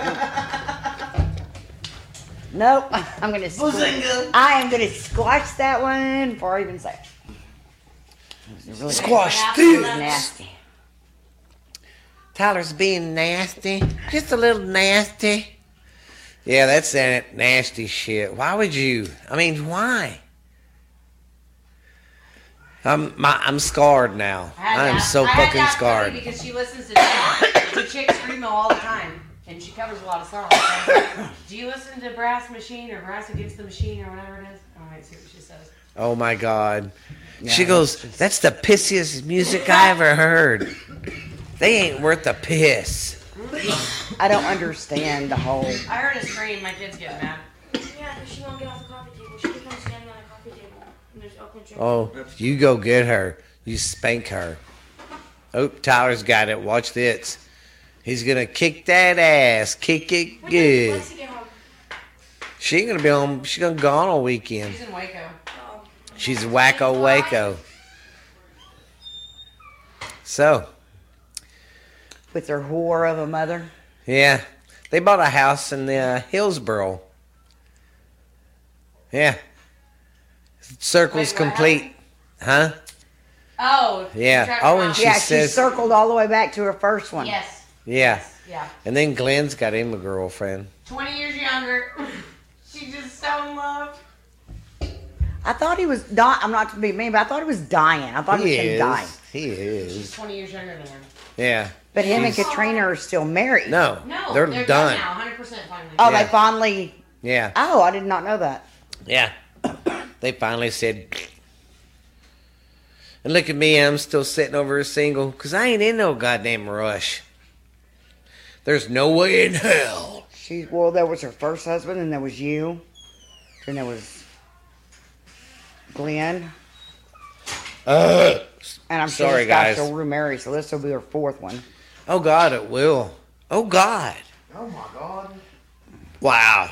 [SPEAKER 4] Nope, I'm gonna. Squ- I am gonna squash that one before I even say. it. It was Really
[SPEAKER 1] Squash
[SPEAKER 3] this.
[SPEAKER 4] Nasty.
[SPEAKER 1] Tyler's being nasty. Just a little nasty. Yeah, that's that nasty shit. Why would you? I mean, why? I'm my, I'm scarred now.
[SPEAKER 3] had
[SPEAKER 1] I am
[SPEAKER 3] that-
[SPEAKER 1] so
[SPEAKER 3] I had
[SPEAKER 1] fucking
[SPEAKER 3] that
[SPEAKER 1] scarred.
[SPEAKER 3] theory Because she listens to chick, to chick screamo all the time, and she covers a lot of songs. So I'm like, Do you listen to Brass Machine or Brass Against the Machine or whatever it is? Oh, I see what she says.
[SPEAKER 1] Oh my God. she goes, That's the pissiest music I ever heard. They ain't worth a piss.
[SPEAKER 4] I don't understand the whole.
[SPEAKER 3] I heard a scream. My kids get mad.
[SPEAKER 6] Yeah, and she won't get off the coffee table. She keeps on standing on the coffee table. And there's open drinks.
[SPEAKER 1] Oh, you go get her. You spank her. Oh, Tyler's got it. Watch this. He's gonna kick that ass. Kick it
[SPEAKER 6] When does
[SPEAKER 1] good.
[SPEAKER 6] Lexi get home?
[SPEAKER 1] She ain't gonna be on. She gonna gone all weekend.
[SPEAKER 3] She's in Waco.
[SPEAKER 6] Oh.
[SPEAKER 1] She's wacko waco. So,
[SPEAKER 4] With their whore of a mother.
[SPEAKER 1] yeah, they bought a house in uh, Hillsboro. Yeah, circles
[SPEAKER 3] Wait, what
[SPEAKER 1] complete, huh?
[SPEAKER 3] Oh.
[SPEAKER 1] Yeah.
[SPEAKER 3] Drive
[SPEAKER 1] Oh,
[SPEAKER 3] around.
[SPEAKER 1] and She
[SPEAKER 4] Yeah,
[SPEAKER 1] says-
[SPEAKER 4] she circled all the way back to her first one.
[SPEAKER 3] Yes.
[SPEAKER 1] Yeah.
[SPEAKER 3] Yeah.
[SPEAKER 1] And then Glenn's got him a girlfriend.
[SPEAKER 3] Twenty years younger. She's just so in love.
[SPEAKER 4] I thought he was not. I'm not to be mean, but I thought he was dying. I thought
[SPEAKER 1] He
[SPEAKER 4] he, was gonna die.
[SPEAKER 1] is. He
[SPEAKER 3] She's
[SPEAKER 1] is.
[SPEAKER 3] twenty years younger than him.
[SPEAKER 1] Yeah.
[SPEAKER 4] But him
[SPEAKER 1] She's-
[SPEAKER 4] and Katrina are still married.
[SPEAKER 1] No.
[SPEAKER 3] No,
[SPEAKER 1] they're, done.
[SPEAKER 3] now, 100%. percent finally.
[SPEAKER 4] Oh,
[SPEAKER 1] Yeah.
[SPEAKER 4] they finally.
[SPEAKER 1] Yeah.
[SPEAKER 4] Oh, I did not know that.
[SPEAKER 1] Yeah. They finally said. And look at me, I'm still sitting over a single, 'cause I ain't in no goddamn rush. There's no way in hell.
[SPEAKER 4] She well, there was her first husband, and there was you, and there was Glenn.
[SPEAKER 1] Ugh.
[SPEAKER 4] And I'm sure
[SPEAKER 1] Sorry,
[SPEAKER 4] this guy
[SPEAKER 1] guys.
[SPEAKER 4] still remarry, so this will be her fourth one.
[SPEAKER 1] Oh, God, it will. Oh, God.
[SPEAKER 5] Oh my god.
[SPEAKER 1] Wow.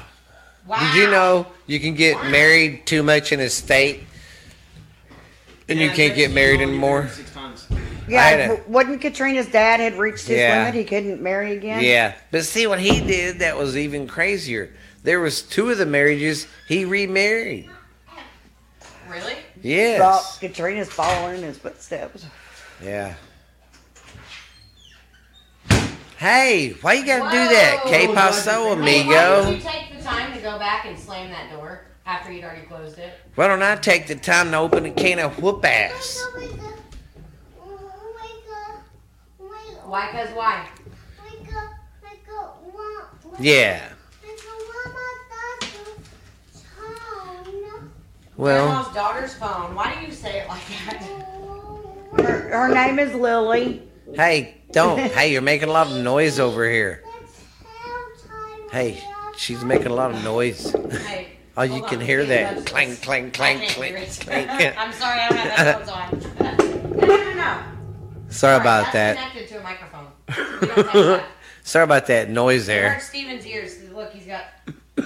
[SPEAKER 3] wow.
[SPEAKER 1] Did you know you can get married too much in a state? And you
[SPEAKER 5] Yeah,
[SPEAKER 1] can't get
[SPEAKER 5] you
[SPEAKER 1] married
[SPEAKER 5] know, you're
[SPEAKER 1] anymore?
[SPEAKER 5] married Six times.
[SPEAKER 1] I
[SPEAKER 4] Yeah,
[SPEAKER 1] had a-
[SPEAKER 4] w- wasn't Katrina's dad had reached his
[SPEAKER 1] Yeah.
[SPEAKER 4] limit? He couldn't marry again.
[SPEAKER 1] Yeah. But see what he did that was even crazier. There was two of the marriages he remarried.
[SPEAKER 3] Really?
[SPEAKER 4] So,
[SPEAKER 1] Yes.
[SPEAKER 4] Katrina's following in his footsteps.
[SPEAKER 1] Yeah. Hey, why you gotta do that?
[SPEAKER 3] Whoa.
[SPEAKER 1] Que paso,
[SPEAKER 3] Hey, why did
[SPEAKER 1] amigo?
[SPEAKER 3] you take the time to go back and slam that door after you'd already closed it?
[SPEAKER 1] Why don't I take the time to open a can of whoop ass?
[SPEAKER 3] Why? Cause why?
[SPEAKER 1] Yeah. Well,
[SPEAKER 3] Grandma's daughter's phone. Why do you say it like that?
[SPEAKER 4] Her, her name is Lily.
[SPEAKER 1] hey, don't. Hey, you're making a lot of noise over here. Hey, she's making a lot of noise.
[SPEAKER 3] Hey.
[SPEAKER 1] Oh, you
[SPEAKER 3] hold
[SPEAKER 1] can
[SPEAKER 3] on.
[SPEAKER 1] hear
[SPEAKER 3] Okay,
[SPEAKER 1] that
[SPEAKER 3] let's-
[SPEAKER 1] clang, clang, clang,
[SPEAKER 3] I can't hear
[SPEAKER 1] clang,
[SPEAKER 3] it.
[SPEAKER 1] clang.
[SPEAKER 3] I'm sorry, I don't have headphones on. No, no, no, no.
[SPEAKER 1] Sorry about
[SPEAKER 3] that's
[SPEAKER 1] that.
[SPEAKER 3] Connected to a microphone. We don't have that.
[SPEAKER 1] Sorry about that noise
[SPEAKER 3] It
[SPEAKER 1] there.
[SPEAKER 3] hurts Steven's ears. Look, he's got.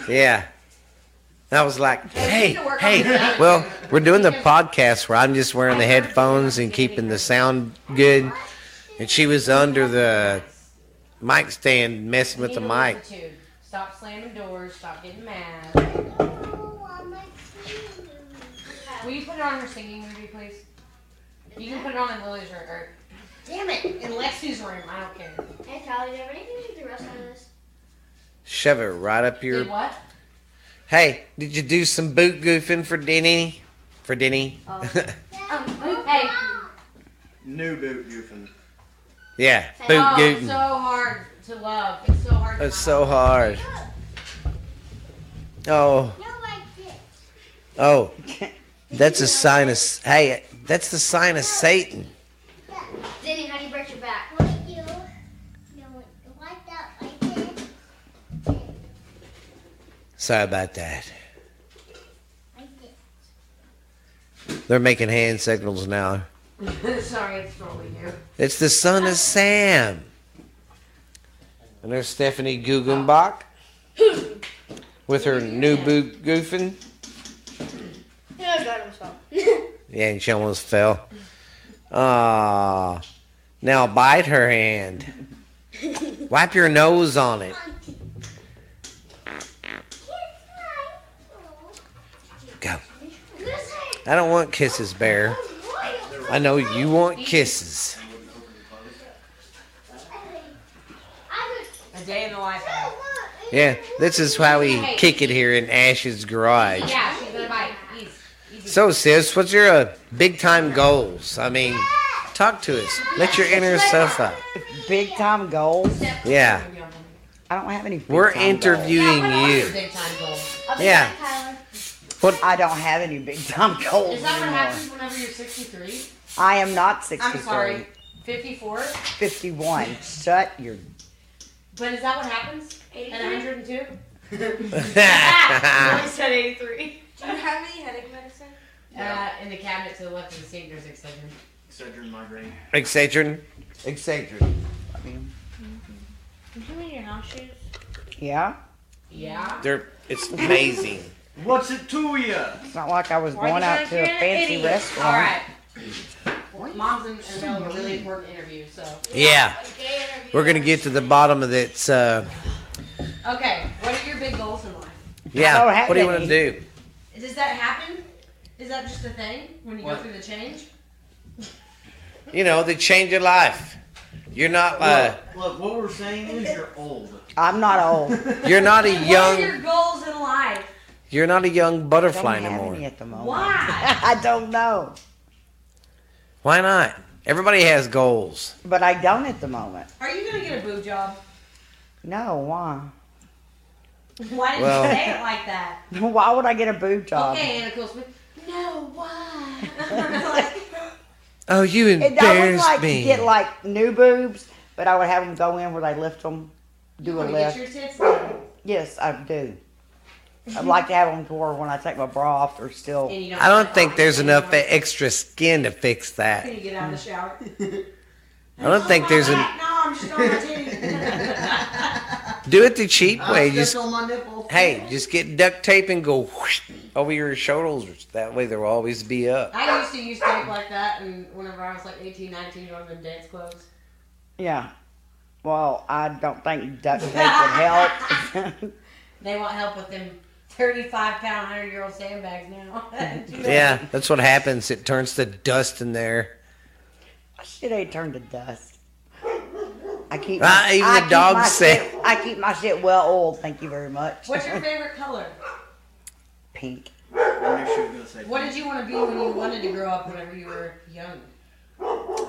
[SPEAKER 1] Yeah. And I was like, hey,
[SPEAKER 3] need to work
[SPEAKER 1] hey.
[SPEAKER 3] on that.
[SPEAKER 1] Well, we're doing the podcast where I'm just wearing the headphones and keeping the sound good. And she was under the mic stand messing with the
[SPEAKER 3] Need a
[SPEAKER 1] mic.
[SPEAKER 3] longitude. Stop slamming doors. Stop getting mad. Will you put it on her singing movie, please? You can put it on in Lily's room. Or, damn it, in Lexi's room. I don't care.
[SPEAKER 6] Hey, Callie, do you have anything to do the rest of this?
[SPEAKER 1] Shove it right up
[SPEAKER 3] Did
[SPEAKER 1] your.
[SPEAKER 3] what?
[SPEAKER 1] Hey, did you do some boot goofing for Denny? For Denny?
[SPEAKER 6] Um, who-
[SPEAKER 3] Hey.
[SPEAKER 5] New boot goofing.
[SPEAKER 1] yeah, boot
[SPEAKER 3] Oh, it's so
[SPEAKER 1] goofing.
[SPEAKER 3] hard to love. It's so hard to
[SPEAKER 1] That's
[SPEAKER 3] not
[SPEAKER 1] so hard. Oh, oh. That's a sign of. s- Hey, that's the sign of Satan.
[SPEAKER 6] Zinni, how do you break your back?
[SPEAKER 1] Sorry about that. They're making hand signals now.
[SPEAKER 3] love. Sorry, it's totally you.
[SPEAKER 1] It's the son of Sam. And there's Stephanie Guggenbach with her new boot goofing.
[SPEAKER 6] Yeah, I got him, so.
[SPEAKER 1] Yeah, and she almost fell. Ah, now bite her hand. Wipe your nose on it. Go. I don't want kisses, Bear. I know you want kisses.
[SPEAKER 3] A day in the life.
[SPEAKER 1] Yeah, this is why we kick it here in Ash's garage.
[SPEAKER 3] Yeah, she's gonna bite. Easy. Easy.
[SPEAKER 1] So, sis, what's your uh, big time goals? I mean, talk to us. Let your inner self out.
[SPEAKER 4] Big time goals.
[SPEAKER 3] Step-
[SPEAKER 1] yeah.
[SPEAKER 4] I don't have any. Big
[SPEAKER 1] We're
[SPEAKER 4] time goals.
[SPEAKER 1] interviewing you.
[SPEAKER 3] Big time goal. Is
[SPEAKER 6] I'll be
[SPEAKER 1] Yeah.
[SPEAKER 6] back, Tyler.
[SPEAKER 4] I don't have any big time goals
[SPEAKER 3] that what
[SPEAKER 4] anymore.
[SPEAKER 3] happens whenever you're 63?
[SPEAKER 4] I am not
[SPEAKER 3] I'm
[SPEAKER 4] 63,
[SPEAKER 3] sorry, 54.
[SPEAKER 4] 51. Shut your.
[SPEAKER 3] But is that what happens at 102?
[SPEAKER 1] yeah,
[SPEAKER 3] Ah! said 83.
[SPEAKER 6] Do you have any headache medicine?
[SPEAKER 3] Uh, in the cabinet to the left of the sink, there's extension.
[SPEAKER 5] Except during migraine.
[SPEAKER 1] Excedrin. Excedrin.
[SPEAKER 4] I mean,
[SPEAKER 6] I'm doing your house shoes.
[SPEAKER 4] yeah.
[SPEAKER 3] Yeah.
[SPEAKER 1] They're, it's amazing.
[SPEAKER 5] What's it to ya?
[SPEAKER 4] It's not like I was
[SPEAKER 6] Why
[SPEAKER 4] going
[SPEAKER 6] did I
[SPEAKER 4] out to a
[SPEAKER 6] hear an
[SPEAKER 4] fancy
[SPEAKER 6] idiot?
[SPEAKER 4] restaurant.
[SPEAKER 3] All right. Mom's in in a really important interview, so.
[SPEAKER 1] Yeah.
[SPEAKER 6] A gay interview.
[SPEAKER 1] We're going to get to the bottom of this. Uh,
[SPEAKER 3] Okay, what are your big goals in life?
[SPEAKER 4] don't
[SPEAKER 1] yeah.
[SPEAKER 4] have
[SPEAKER 1] What do you want to
[SPEAKER 4] any.
[SPEAKER 1] do?
[SPEAKER 3] Does that happen? Is that just a thing when you
[SPEAKER 5] What?
[SPEAKER 3] go through the change?
[SPEAKER 1] You know, they change your life. You're not uh,
[SPEAKER 5] Look, look, what we're saying is you're old.
[SPEAKER 4] I'm not old.
[SPEAKER 1] you're not a
[SPEAKER 3] What are your
[SPEAKER 1] young
[SPEAKER 3] goals in life?
[SPEAKER 1] you're not a young
[SPEAKER 4] don't
[SPEAKER 1] butterfly
[SPEAKER 4] have
[SPEAKER 1] anymore.
[SPEAKER 4] any at the moment.
[SPEAKER 3] Why?
[SPEAKER 4] I don't know,
[SPEAKER 1] Why not? Everybody has goals.
[SPEAKER 4] but I don't at the moment.
[SPEAKER 3] Are you gonna get a boob job?
[SPEAKER 4] No, why?
[SPEAKER 8] Why did
[SPEAKER 1] Well-
[SPEAKER 8] you say it like that?
[SPEAKER 4] Why would I get a boob job?
[SPEAKER 3] Okay, Anna Cole Smith.
[SPEAKER 6] No, why?
[SPEAKER 1] Oh, you
[SPEAKER 4] It, I would
[SPEAKER 1] embarrassed
[SPEAKER 4] like
[SPEAKER 1] me.
[SPEAKER 4] to get like new boobs, but I would have them go in where they lift them,
[SPEAKER 3] You
[SPEAKER 4] do a
[SPEAKER 3] want to get
[SPEAKER 4] lift.
[SPEAKER 3] your tits done,
[SPEAKER 4] yes, I do. I'd like to have them to where when I take my bra off, they're still.
[SPEAKER 3] and you
[SPEAKER 1] I don't think there's
[SPEAKER 3] Can
[SPEAKER 1] enough e-,
[SPEAKER 3] you
[SPEAKER 1] extra skin to fix that.
[SPEAKER 3] Can you get out of the shower?
[SPEAKER 1] I don't think there's
[SPEAKER 6] No,
[SPEAKER 1] an
[SPEAKER 6] I'm just on my titties.
[SPEAKER 1] do it the cheap way.
[SPEAKER 5] I
[SPEAKER 1] Just
[SPEAKER 5] stepped on my nipple.
[SPEAKER 1] hey, just get duct tape and go whoosh over your shoulders. That way they'll always be up.
[SPEAKER 3] I used to use tape like that, and whenever I was like 18, 19, going to dance clubs.
[SPEAKER 4] Yeah. Well, I don't think duct tape would help.
[SPEAKER 3] They want help with them 35 pound, 100 year old sandbags now.
[SPEAKER 1] Yeah, that's what happens. It turns to dust in there.
[SPEAKER 4] My shit ain't turned to dust. I keep.
[SPEAKER 1] Ah, even the
[SPEAKER 4] keep
[SPEAKER 1] dog
[SPEAKER 4] my
[SPEAKER 1] said-
[SPEAKER 4] shit- I keep my shit well oiled. Thank you very much.
[SPEAKER 3] What's your favorite color?
[SPEAKER 4] pink?
[SPEAKER 5] I knew she was gonna say
[SPEAKER 3] What did you want to be when you wanted to grow up whenever you were young?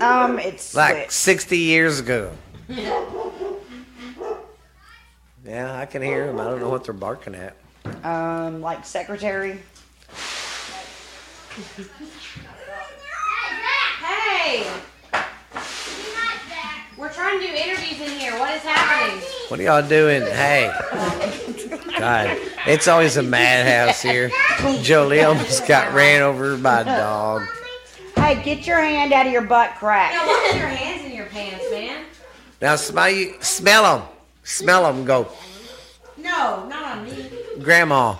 [SPEAKER 4] Um, it's
[SPEAKER 1] Like
[SPEAKER 4] sweet.
[SPEAKER 1] sixty years ago. Yeah, I can hear them. I don't know what they're barking at.
[SPEAKER 4] um like secretary.
[SPEAKER 3] Hey! We're trying to do interviews in here. What is happening?
[SPEAKER 1] What are y'all doing? Hey. God, it's always a madhouse here. Jolie almost got ran over by a dog.
[SPEAKER 4] Hey, get your hand out of your butt crack.
[SPEAKER 3] Now, why is your hands in your pants, man?
[SPEAKER 1] Now smell you, smell them, smell them. Go,
[SPEAKER 3] No, not on me.
[SPEAKER 1] Grandma.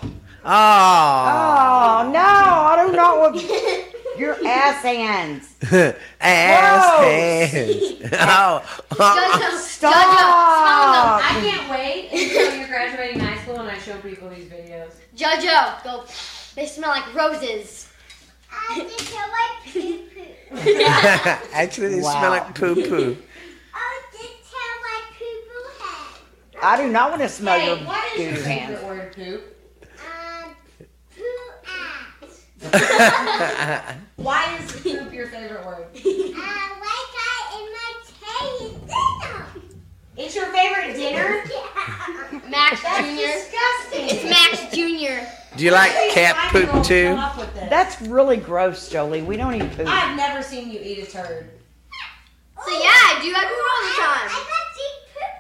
[SPEAKER 4] Oh
[SPEAKER 1] Oh,
[SPEAKER 4] no, I do not want your ass hands.
[SPEAKER 1] ass
[SPEAKER 4] Whoa.
[SPEAKER 1] hands. Oh, oh,
[SPEAKER 4] Stop.
[SPEAKER 3] I can't wait until you're graduating high school and I show people these videos.
[SPEAKER 9] Jojo, go. They smell like roses.
[SPEAKER 1] actually, they
[SPEAKER 4] Wow.
[SPEAKER 1] smell like poo poo.
[SPEAKER 4] I do not want to smell your
[SPEAKER 3] Hey, what is
[SPEAKER 4] dude
[SPEAKER 3] your
[SPEAKER 4] hands.
[SPEAKER 3] favorite word, poop? Why is poop your favorite word? It's your favorite dinner?
[SPEAKER 9] Max
[SPEAKER 3] That's
[SPEAKER 9] Jr. It's
[SPEAKER 3] disgusting.
[SPEAKER 9] Max Jr.
[SPEAKER 1] Do you like cat poop too?
[SPEAKER 3] That's-
[SPEAKER 4] That's really gross, Jolie. We don't eat poop.
[SPEAKER 3] I've never seen you eat a turd.
[SPEAKER 9] So yeah, I do have it all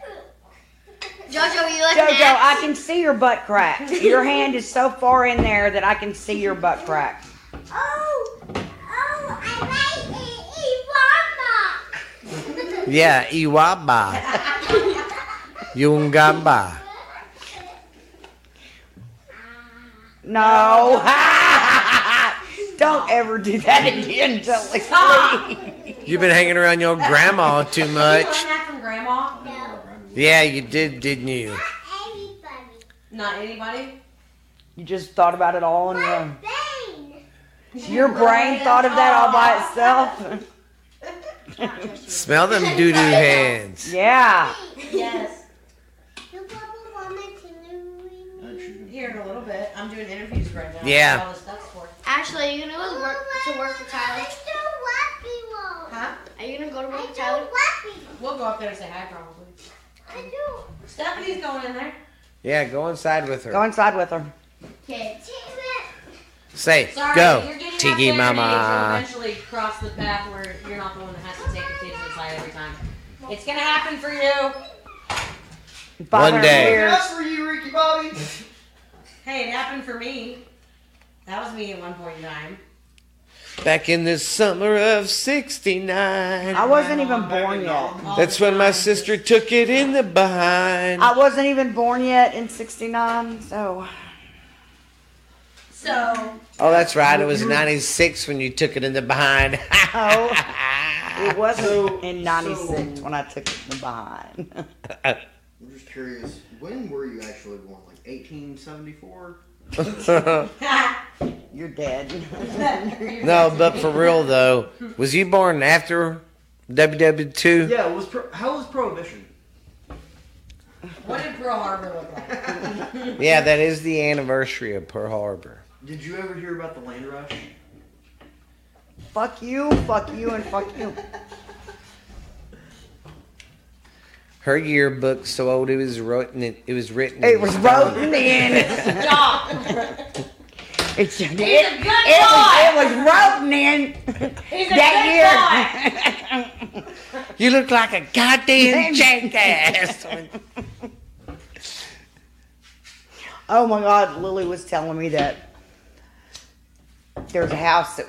[SPEAKER 9] the time. Jojo, you like
[SPEAKER 4] Jojo,
[SPEAKER 9] Max?
[SPEAKER 4] I can see your butt crack. Your hand is so far in there that I can see your butt crack.
[SPEAKER 1] Yeah, Iwaba, Yungamba.
[SPEAKER 4] No. don't ever do that again, Jolie. please.
[SPEAKER 1] You've been hanging around your grandma too
[SPEAKER 3] You learned
[SPEAKER 1] much.
[SPEAKER 3] that from grandma?
[SPEAKER 1] Yeah, you did, didn't you?
[SPEAKER 3] Not anybody?
[SPEAKER 4] You just thought about it all on your own. Your brain thought of that all by itself.
[SPEAKER 1] Smell them doo doo hands.
[SPEAKER 4] Yeah.
[SPEAKER 3] Yes.
[SPEAKER 5] that. She was gonna-
[SPEAKER 3] Here in a little bit. I'm doing interviews right now.
[SPEAKER 1] Yeah.
[SPEAKER 3] That's what All this stuff's for.
[SPEAKER 9] Ashley, are you gonna go to work to work with Tyler?
[SPEAKER 3] Huh?
[SPEAKER 9] Are you gonna go to work with Tyler?
[SPEAKER 3] We'll go up there and say hi probably. Stephanie's going in there.
[SPEAKER 1] Yeah, go inside with
[SPEAKER 4] Go
[SPEAKER 1] her.
[SPEAKER 4] inside with her.
[SPEAKER 1] Say,
[SPEAKER 3] Sorry,
[SPEAKER 1] go,
[SPEAKER 3] you're getting
[SPEAKER 1] Tiki
[SPEAKER 3] up there in
[SPEAKER 1] Mama.
[SPEAKER 3] age, you'll eventually cross the path where you're not the one that has to take the kids inside every time. It's gonna happen for you.
[SPEAKER 4] Bother
[SPEAKER 1] One day.
[SPEAKER 4] her ears.
[SPEAKER 5] That's for you, Ricky Bobby.
[SPEAKER 3] Hey, it happened for me. That was me at one point in time.
[SPEAKER 1] Back in the summer of 69.
[SPEAKER 4] I wasn't
[SPEAKER 5] My
[SPEAKER 4] even
[SPEAKER 5] mom, baby,
[SPEAKER 4] born yet.
[SPEAKER 5] mom.
[SPEAKER 3] All
[SPEAKER 1] That's
[SPEAKER 3] the
[SPEAKER 1] when my
[SPEAKER 3] time.
[SPEAKER 1] sister took it in the behind.
[SPEAKER 4] I wasn't even born yet in 69, so.
[SPEAKER 3] So
[SPEAKER 1] Oh, that's right. It
[SPEAKER 3] Mm-hmm.
[SPEAKER 1] was 96 when you took it in the behind.
[SPEAKER 4] Oh. It wasn't
[SPEAKER 5] So-
[SPEAKER 4] in 96 when I took it from behind.
[SPEAKER 5] I'm just curious. When were you actually born? Like 1874?
[SPEAKER 3] Oh.
[SPEAKER 4] You're dead.
[SPEAKER 1] no, but for real though, was you born after WW2?
[SPEAKER 5] Yeah. It was pro- how was Prohibition?
[SPEAKER 3] what did Pearl Harbor look like?
[SPEAKER 1] Yeah, that is the anniversary of Pearl Harbor.
[SPEAKER 5] Did you ever hear about the land rush?
[SPEAKER 4] fuck you, fuck you, and fuck you.
[SPEAKER 1] her yearbook so old it was written. It was written. in
[SPEAKER 4] It was
[SPEAKER 1] stone.
[SPEAKER 4] rotten in.
[SPEAKER 3] Stop.
[SPEAKER 4] It's, it,
[SPEAKER 3] He's a
[SPEAKER 4] it,
[SPEAKER 3] good
[SPEAKER 4] was, it was rotten in
[SPEAKER 3] He's a
[SPEAKER 4] that
[SPEAKER 3] good
[SPEAKER 4] year.
[SPEAKER 1] You look like a goddamn jackass.
[SPEAKER 4] oh my God, Lily was telling me that there's a house that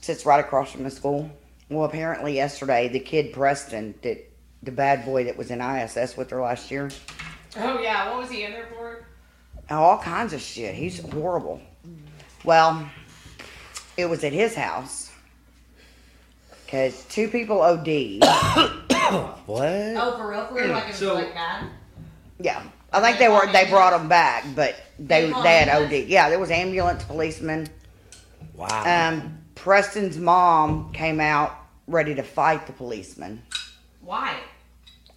[SPEAKER 4] sits right across from the school. Well, apparently yesterday the kid Preston, that the bad boy that was in ISS with her last year,
[SPEAKER 3] Oh yeah, what was he in there for?
[SPEAKER 4] all kinds of shit. He's horrible. Well, it was at his house because two people OD.
[SPEAKER 1] what?
[SPEAKER 3] Oh, for real, for real, like it was
[SPEAKER 5] So-
[SPEAKER 3] like bad.
[SPEAKER 4] Yeah, I think they were. They brought them back, but they they had OD. Yeah, there was ambulance policemen.
[SPEAKER 1] Wow.
[SPEAKER 4] Um, Preston's mom came out ready to fight the policemen.
[SPEAKER 3] Why?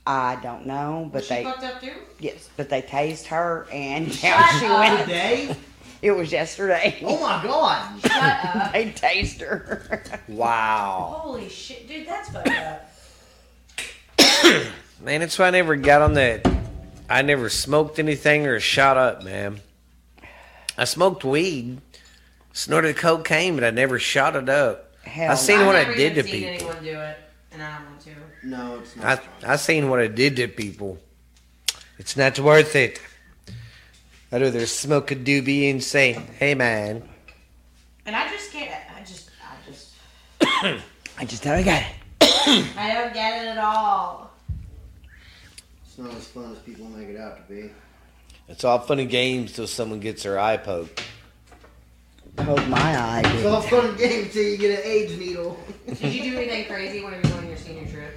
[SPEAKER 4] I don't know, but
[SPEAKER 3] Was she
[SPEAKER 4] they
[SPEAKER 3] fucked up too?
[SPEAKER 4] yes, but they tased her and down she went.
[SPEAKER 5] Today?
[SPEAKER 4] It was yesterday.
[SPEAKER 5] Oh my god.
[SPEAKER 3] Shut up.
[SPEAKER 4] They tased her. Oh.
[SPEAKER 1] wow.
[SPEAKER 3] Holy shit, dude, that's fucked up.
[SPEAKER 1] Man, that's why I never got on that. I never smoked anything or shot up, man. I smoked weed, snorted cocaine, but I never shot it up.
[SPEAKER 4] Hell,
[SPEAKER 1] I seen
[SPEAKER 4] no.
[SPEAKER 1] You know what I
[SPEAKER 3] I've never
[SPEAKER 1] did
[SPEAKER 3] even
[SPEAKER 1] to
[SPEAKER 3] seen
[SPEAKER 1] people?
[SPEAKER 3] anyone do it, and I don't want to.
[SPEAKER 5] No, it's not.
[SPEAKER 1] I I seen what it did to people. It's not worth it. I'd rather smoke a doobie and say, "Hey, man,
[SPEAKER 3] And I just can't. I just, I just,
[SPEAKER 4] I just thought I got it.
[SPEAKER 3] I don't get it at all.
[SPEAKER 5] It's not as fun as people make it out to be.
[SPEAKER 1] it's all fun and games till someone gets their eye poked."
[SPEAKER 4] Hold my eye.
[SPEAKER 5] It's
[SPEAKER 4] dude.
[SPEAKER 5] all fun and games till you get an AIDS needle.
[SPEAKER 3] Did you do anything crazy when you were on your senior trip?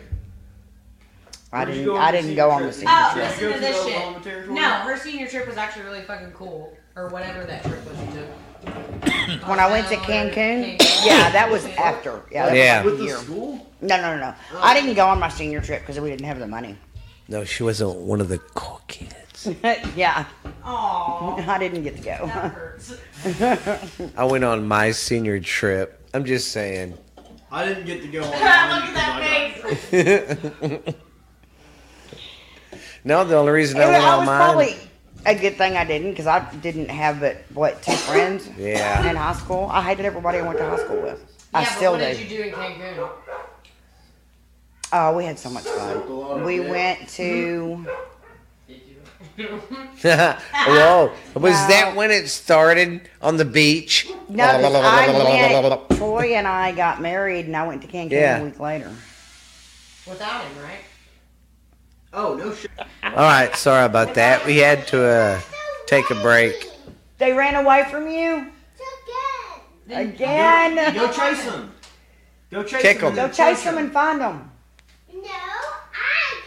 [SPEAKER 4] I
[SPEAKER 5] Where'd you
[SPEAKER 4] didn't.
[SPEAKER 5] go
[SPEAKER 4] I
[SPEAKER 5] on the
[SPEAKER 4] didn't go on
[SPEAKER 5] senior
[SPEAKER 4] the
[SPEAKER 5] trip?
[SPEAKER 4] senior
[SPEAKER 3] Oh,
[SPEAKER 5] Did you
[SPEAKER 3] listen to
[SPEAKER 5] go to
[SPEAKER 4] trip.
[SPEAKER 3] this
[SPEAKER 5] the
[SPEAKER 3] shit.
[SPEAKER 5] Obama territory?
[SPEAKER 3] No, her senior trip was actually really fucking cool, or whatever that trip was you took.
[SPEAKER 4] When I went to
[SPEAKER 3] Ohio or
[SPEAKER 4] Cancun,
[SPEAKER 3] Cancun.
[SPEAKER 4] yeah, that was after. Yeah, that was
[SPEAKER 1] Yeah.
[SPEAKER 4] like a
[SPEAKER 5] With the
[SPEAKER 4] year.
[SPEAKER 5] school?
[SPEAKER 4] No, no, no, no.
[SPEAKER 5] Oh.
[SPEAKER 4] I didn't go on my senior trip because we didn't have the money.
[SPEAKER 1] No, she wasn't one of the cool kids.
[SPEAKER 4] yeah,
[SPEAKER 3] Aww,
[SPEAKER 4] I didn't get to go.
[SPEAKER 3] that hurts.
[SPEAKER 1] I went on my senior trip. I'm just saying.
[SPEAKER 5] I didn't get to go on.
[SPEAKER 3] Look
[SPEAKER 4] Oh
[SPEAKER 3] at that face.
[SPEAKER 1] No, the only reason
[SPEAKER 4] It
[SPEAKER 1] I
[SPEAKER 4] was,
[SPEAKER 1] went
[SPEAKER 4] I
[SPEAKER 1] on
[SPEAKER 4] was
[SPEAKER 1] mine.
[SPEAKER 4] probably a good thing I didn't because I didn't have but what two friends
[SPEAKER 1] Yeah.
[SPEAKER 4] in high school. I hated everybody I went to high school with. I
[SPEAKER 3] yeah,
[SPEAKER 4] still
[SPEAKER 3] but what
[SPEAKER 4] do.
[SPEAKER 3] did you do in Cancun?
[SPEAKER 4] Oh, we had so much
[SPEAKER 5] Smoked a lot
[SPEAKER 4] fun.
[SPEAKER 5] of
[SPEAKER 4] We
[SPEAKER 5] it.
[SPEAKER 4] went
[SPEAKER 1] Hmm?
[SPEAKER 4] to
[SPEAKER 1] Whoa! Was
[SPEAKER 4] No.
[SPEAKER 1] that when it started on the beach?
[SPEAKER 4] no, 'cause I went, Troy and I got married, and I went to Cancun
[SPEAKER 1] Yeah.
[SPEAKER 4] a week later.
[SPEAKER 3] Without him, right?
[SPEAKER 5] Oh, no shit.
[SPEAKER 1] All right, sorry about that. We had to uh, take a break.
[SPEAKER 4] They ran away from you
[SPEAKER 3] Then-
[SPEAKER 4] again.
[SPEAKER 5] Go chase him. Go chase
[SPEAKER 1] Kick
[SPEAKER 5] him.
[SPEAKER 1] 'em.
[SPEAKER 4] Go chase them and find them.
[SPEAKER 9] No, I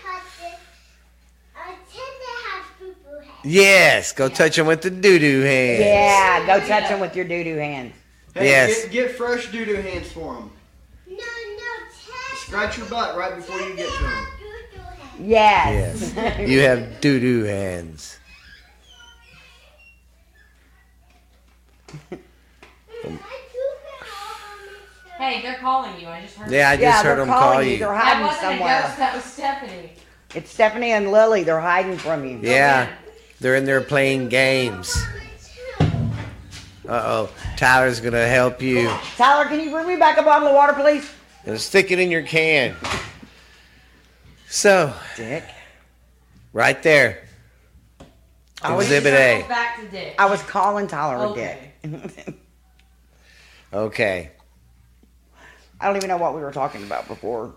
[SPEAKER 9] cut uh, this. I tend to have poo-poo head.
[SPEAKER 1] Yes, go touch him with the doo doo hands.
[SPEAKER 4] Yeah, go touch them with your doo doo hands.
[SPEAKER 5] Hey,
[SPEAKER 1] Yes.
[SPEAKER 5] Get, get fresh doo doo hands for him.
[SPEAKER 9] No, no, tend
[SPEAKER 5] Scratch your butt right before you get to him.
[SPEAKER 9] poo-poo head.
[SPEAKER 4] Yes.
[SPEAKER 1] You have doo doo hands.
[SPEAKER 9] I poo-poo all on my shirt.
[SPEAKER 3] Hey, they're calling you. I just heard.
[SPEAKER 1] Yeah, I just
[SPEAKER 4] yeah,
[SPEAKER 1] heard
[SPEAKER 4] they're
[SPEAKER 1] him
[SPEAKER 4] calling
[SPEAKER 1] call
[SPEAKER 4] you.
[SPEAKER 1] you.
[SPEAKER 4] They're
[SPEAKER 3] That
[SPEAKER 4] hiding
[SPEAKER 3] wasn't a
[SPEAKER 4] somewhere.
[SPEAKER 3] ghost. That was Stephanie.
[SPEAKER 4] It's Stephanie and Lily. They're hiding from you.
[SPEAKER 1] Yeah, they're in there playing games. Uh oh, Tyler's gonna help you.
[SPEAKER 4] Tyler, can you bring me back a bottle of water, please?
[SPEAKER 1] And stick it in your can. So,
[SPEAKER 4] Dick.
[SPEAKER 1] right there.
[SPEAKER 4] I was,
[SPEAKER 1] Exhibit
[SPEAKER 3] Circle
[SPEAKER 1] A.
[SPEAKER 3] Back to Dick.
[SPEAKER 4] I was calling Tyler
[SPEAKER 3] Okay.
[SPEAKER 4] a dick.
[SPEAKER 1] Okay.
[SPEAKER 4] I don't even know what we were talking about before.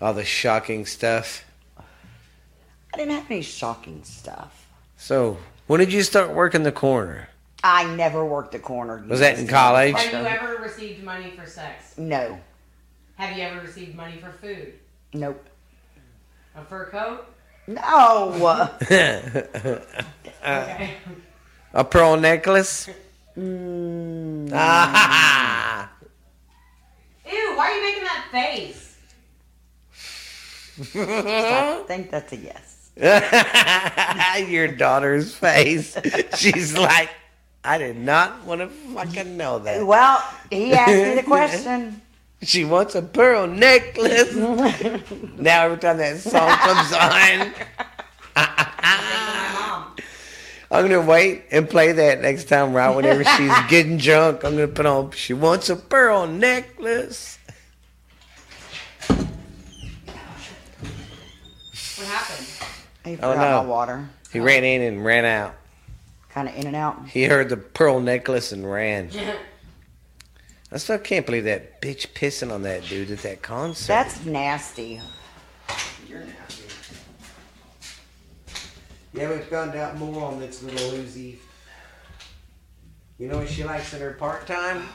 [SPEAKER 1] All the shocking stuff.
[SPEAKER 4] I didn't have any shocking stuff.
[SPEAKER 1] So, when did you start working the corner?
[SPEAKER 4] I never worked a corner. you
[SPEAKER 1] Was that in
[SPEAKER 4] nasty
[SPEAKER 1] college?
[SPEAKER 3] Have you
[SPEAKER 4] motherfucker.
[SPEAKER 3] ever received money for sex?
[SPEAKER 4] No.
[SPEAKER 3] Have you ever received money for food?
[SPEAKER 4] Nope.
[SPEAKER 3] A fur coat?
[SPEAKER 4] No.
[SPEAKER 3] okay.
[SPEAKER 1] A pearl necklace?
[SPEAKER 4] Mm,
[SPEAKER 1] Ah,
[SPEAKER 3] Ew, why are you making that face?
[SPEAKER 4] I think that's a yes.
[SPEAKER 1] Your daughter's face. She's like, I did not want to fucking know that.
[SPEAKER 4] Well, he asked me the question.
[SPEAKER 1] She wants a pearl necklace. now every time that song comes on,
[SPEAKER 3] My mom.
[SPEAKER 1] I'm gonna wait and play that next time right whenever she's getting drunk. I'm gonna put on she wants a pearl necklace.
[SPEAKER 3] What happened?
[SPEAKER 4] He
[SPEAKER 1] Oh,
[SPEAKER 4] forgot
[SPEAKER 1] no.
[SPEAKER 4] my water.
[SPEAKER 1] He ran in and ran out.
[SPEAKER 4] Kind of in and out.
[SPEAKER 1] He heard the pearl necklace and ran.
[SPEAKER 3] Yeah.
[SPEAKER 1] I still can't believe that bitch pissing on that dude at that concert.
[SPEAKER 4] That's nasty.
[SPEAKER 5] You're nasty. You haven't found out more on this little Uzi.
[SPEAKER 1] you know what she likes in her part time.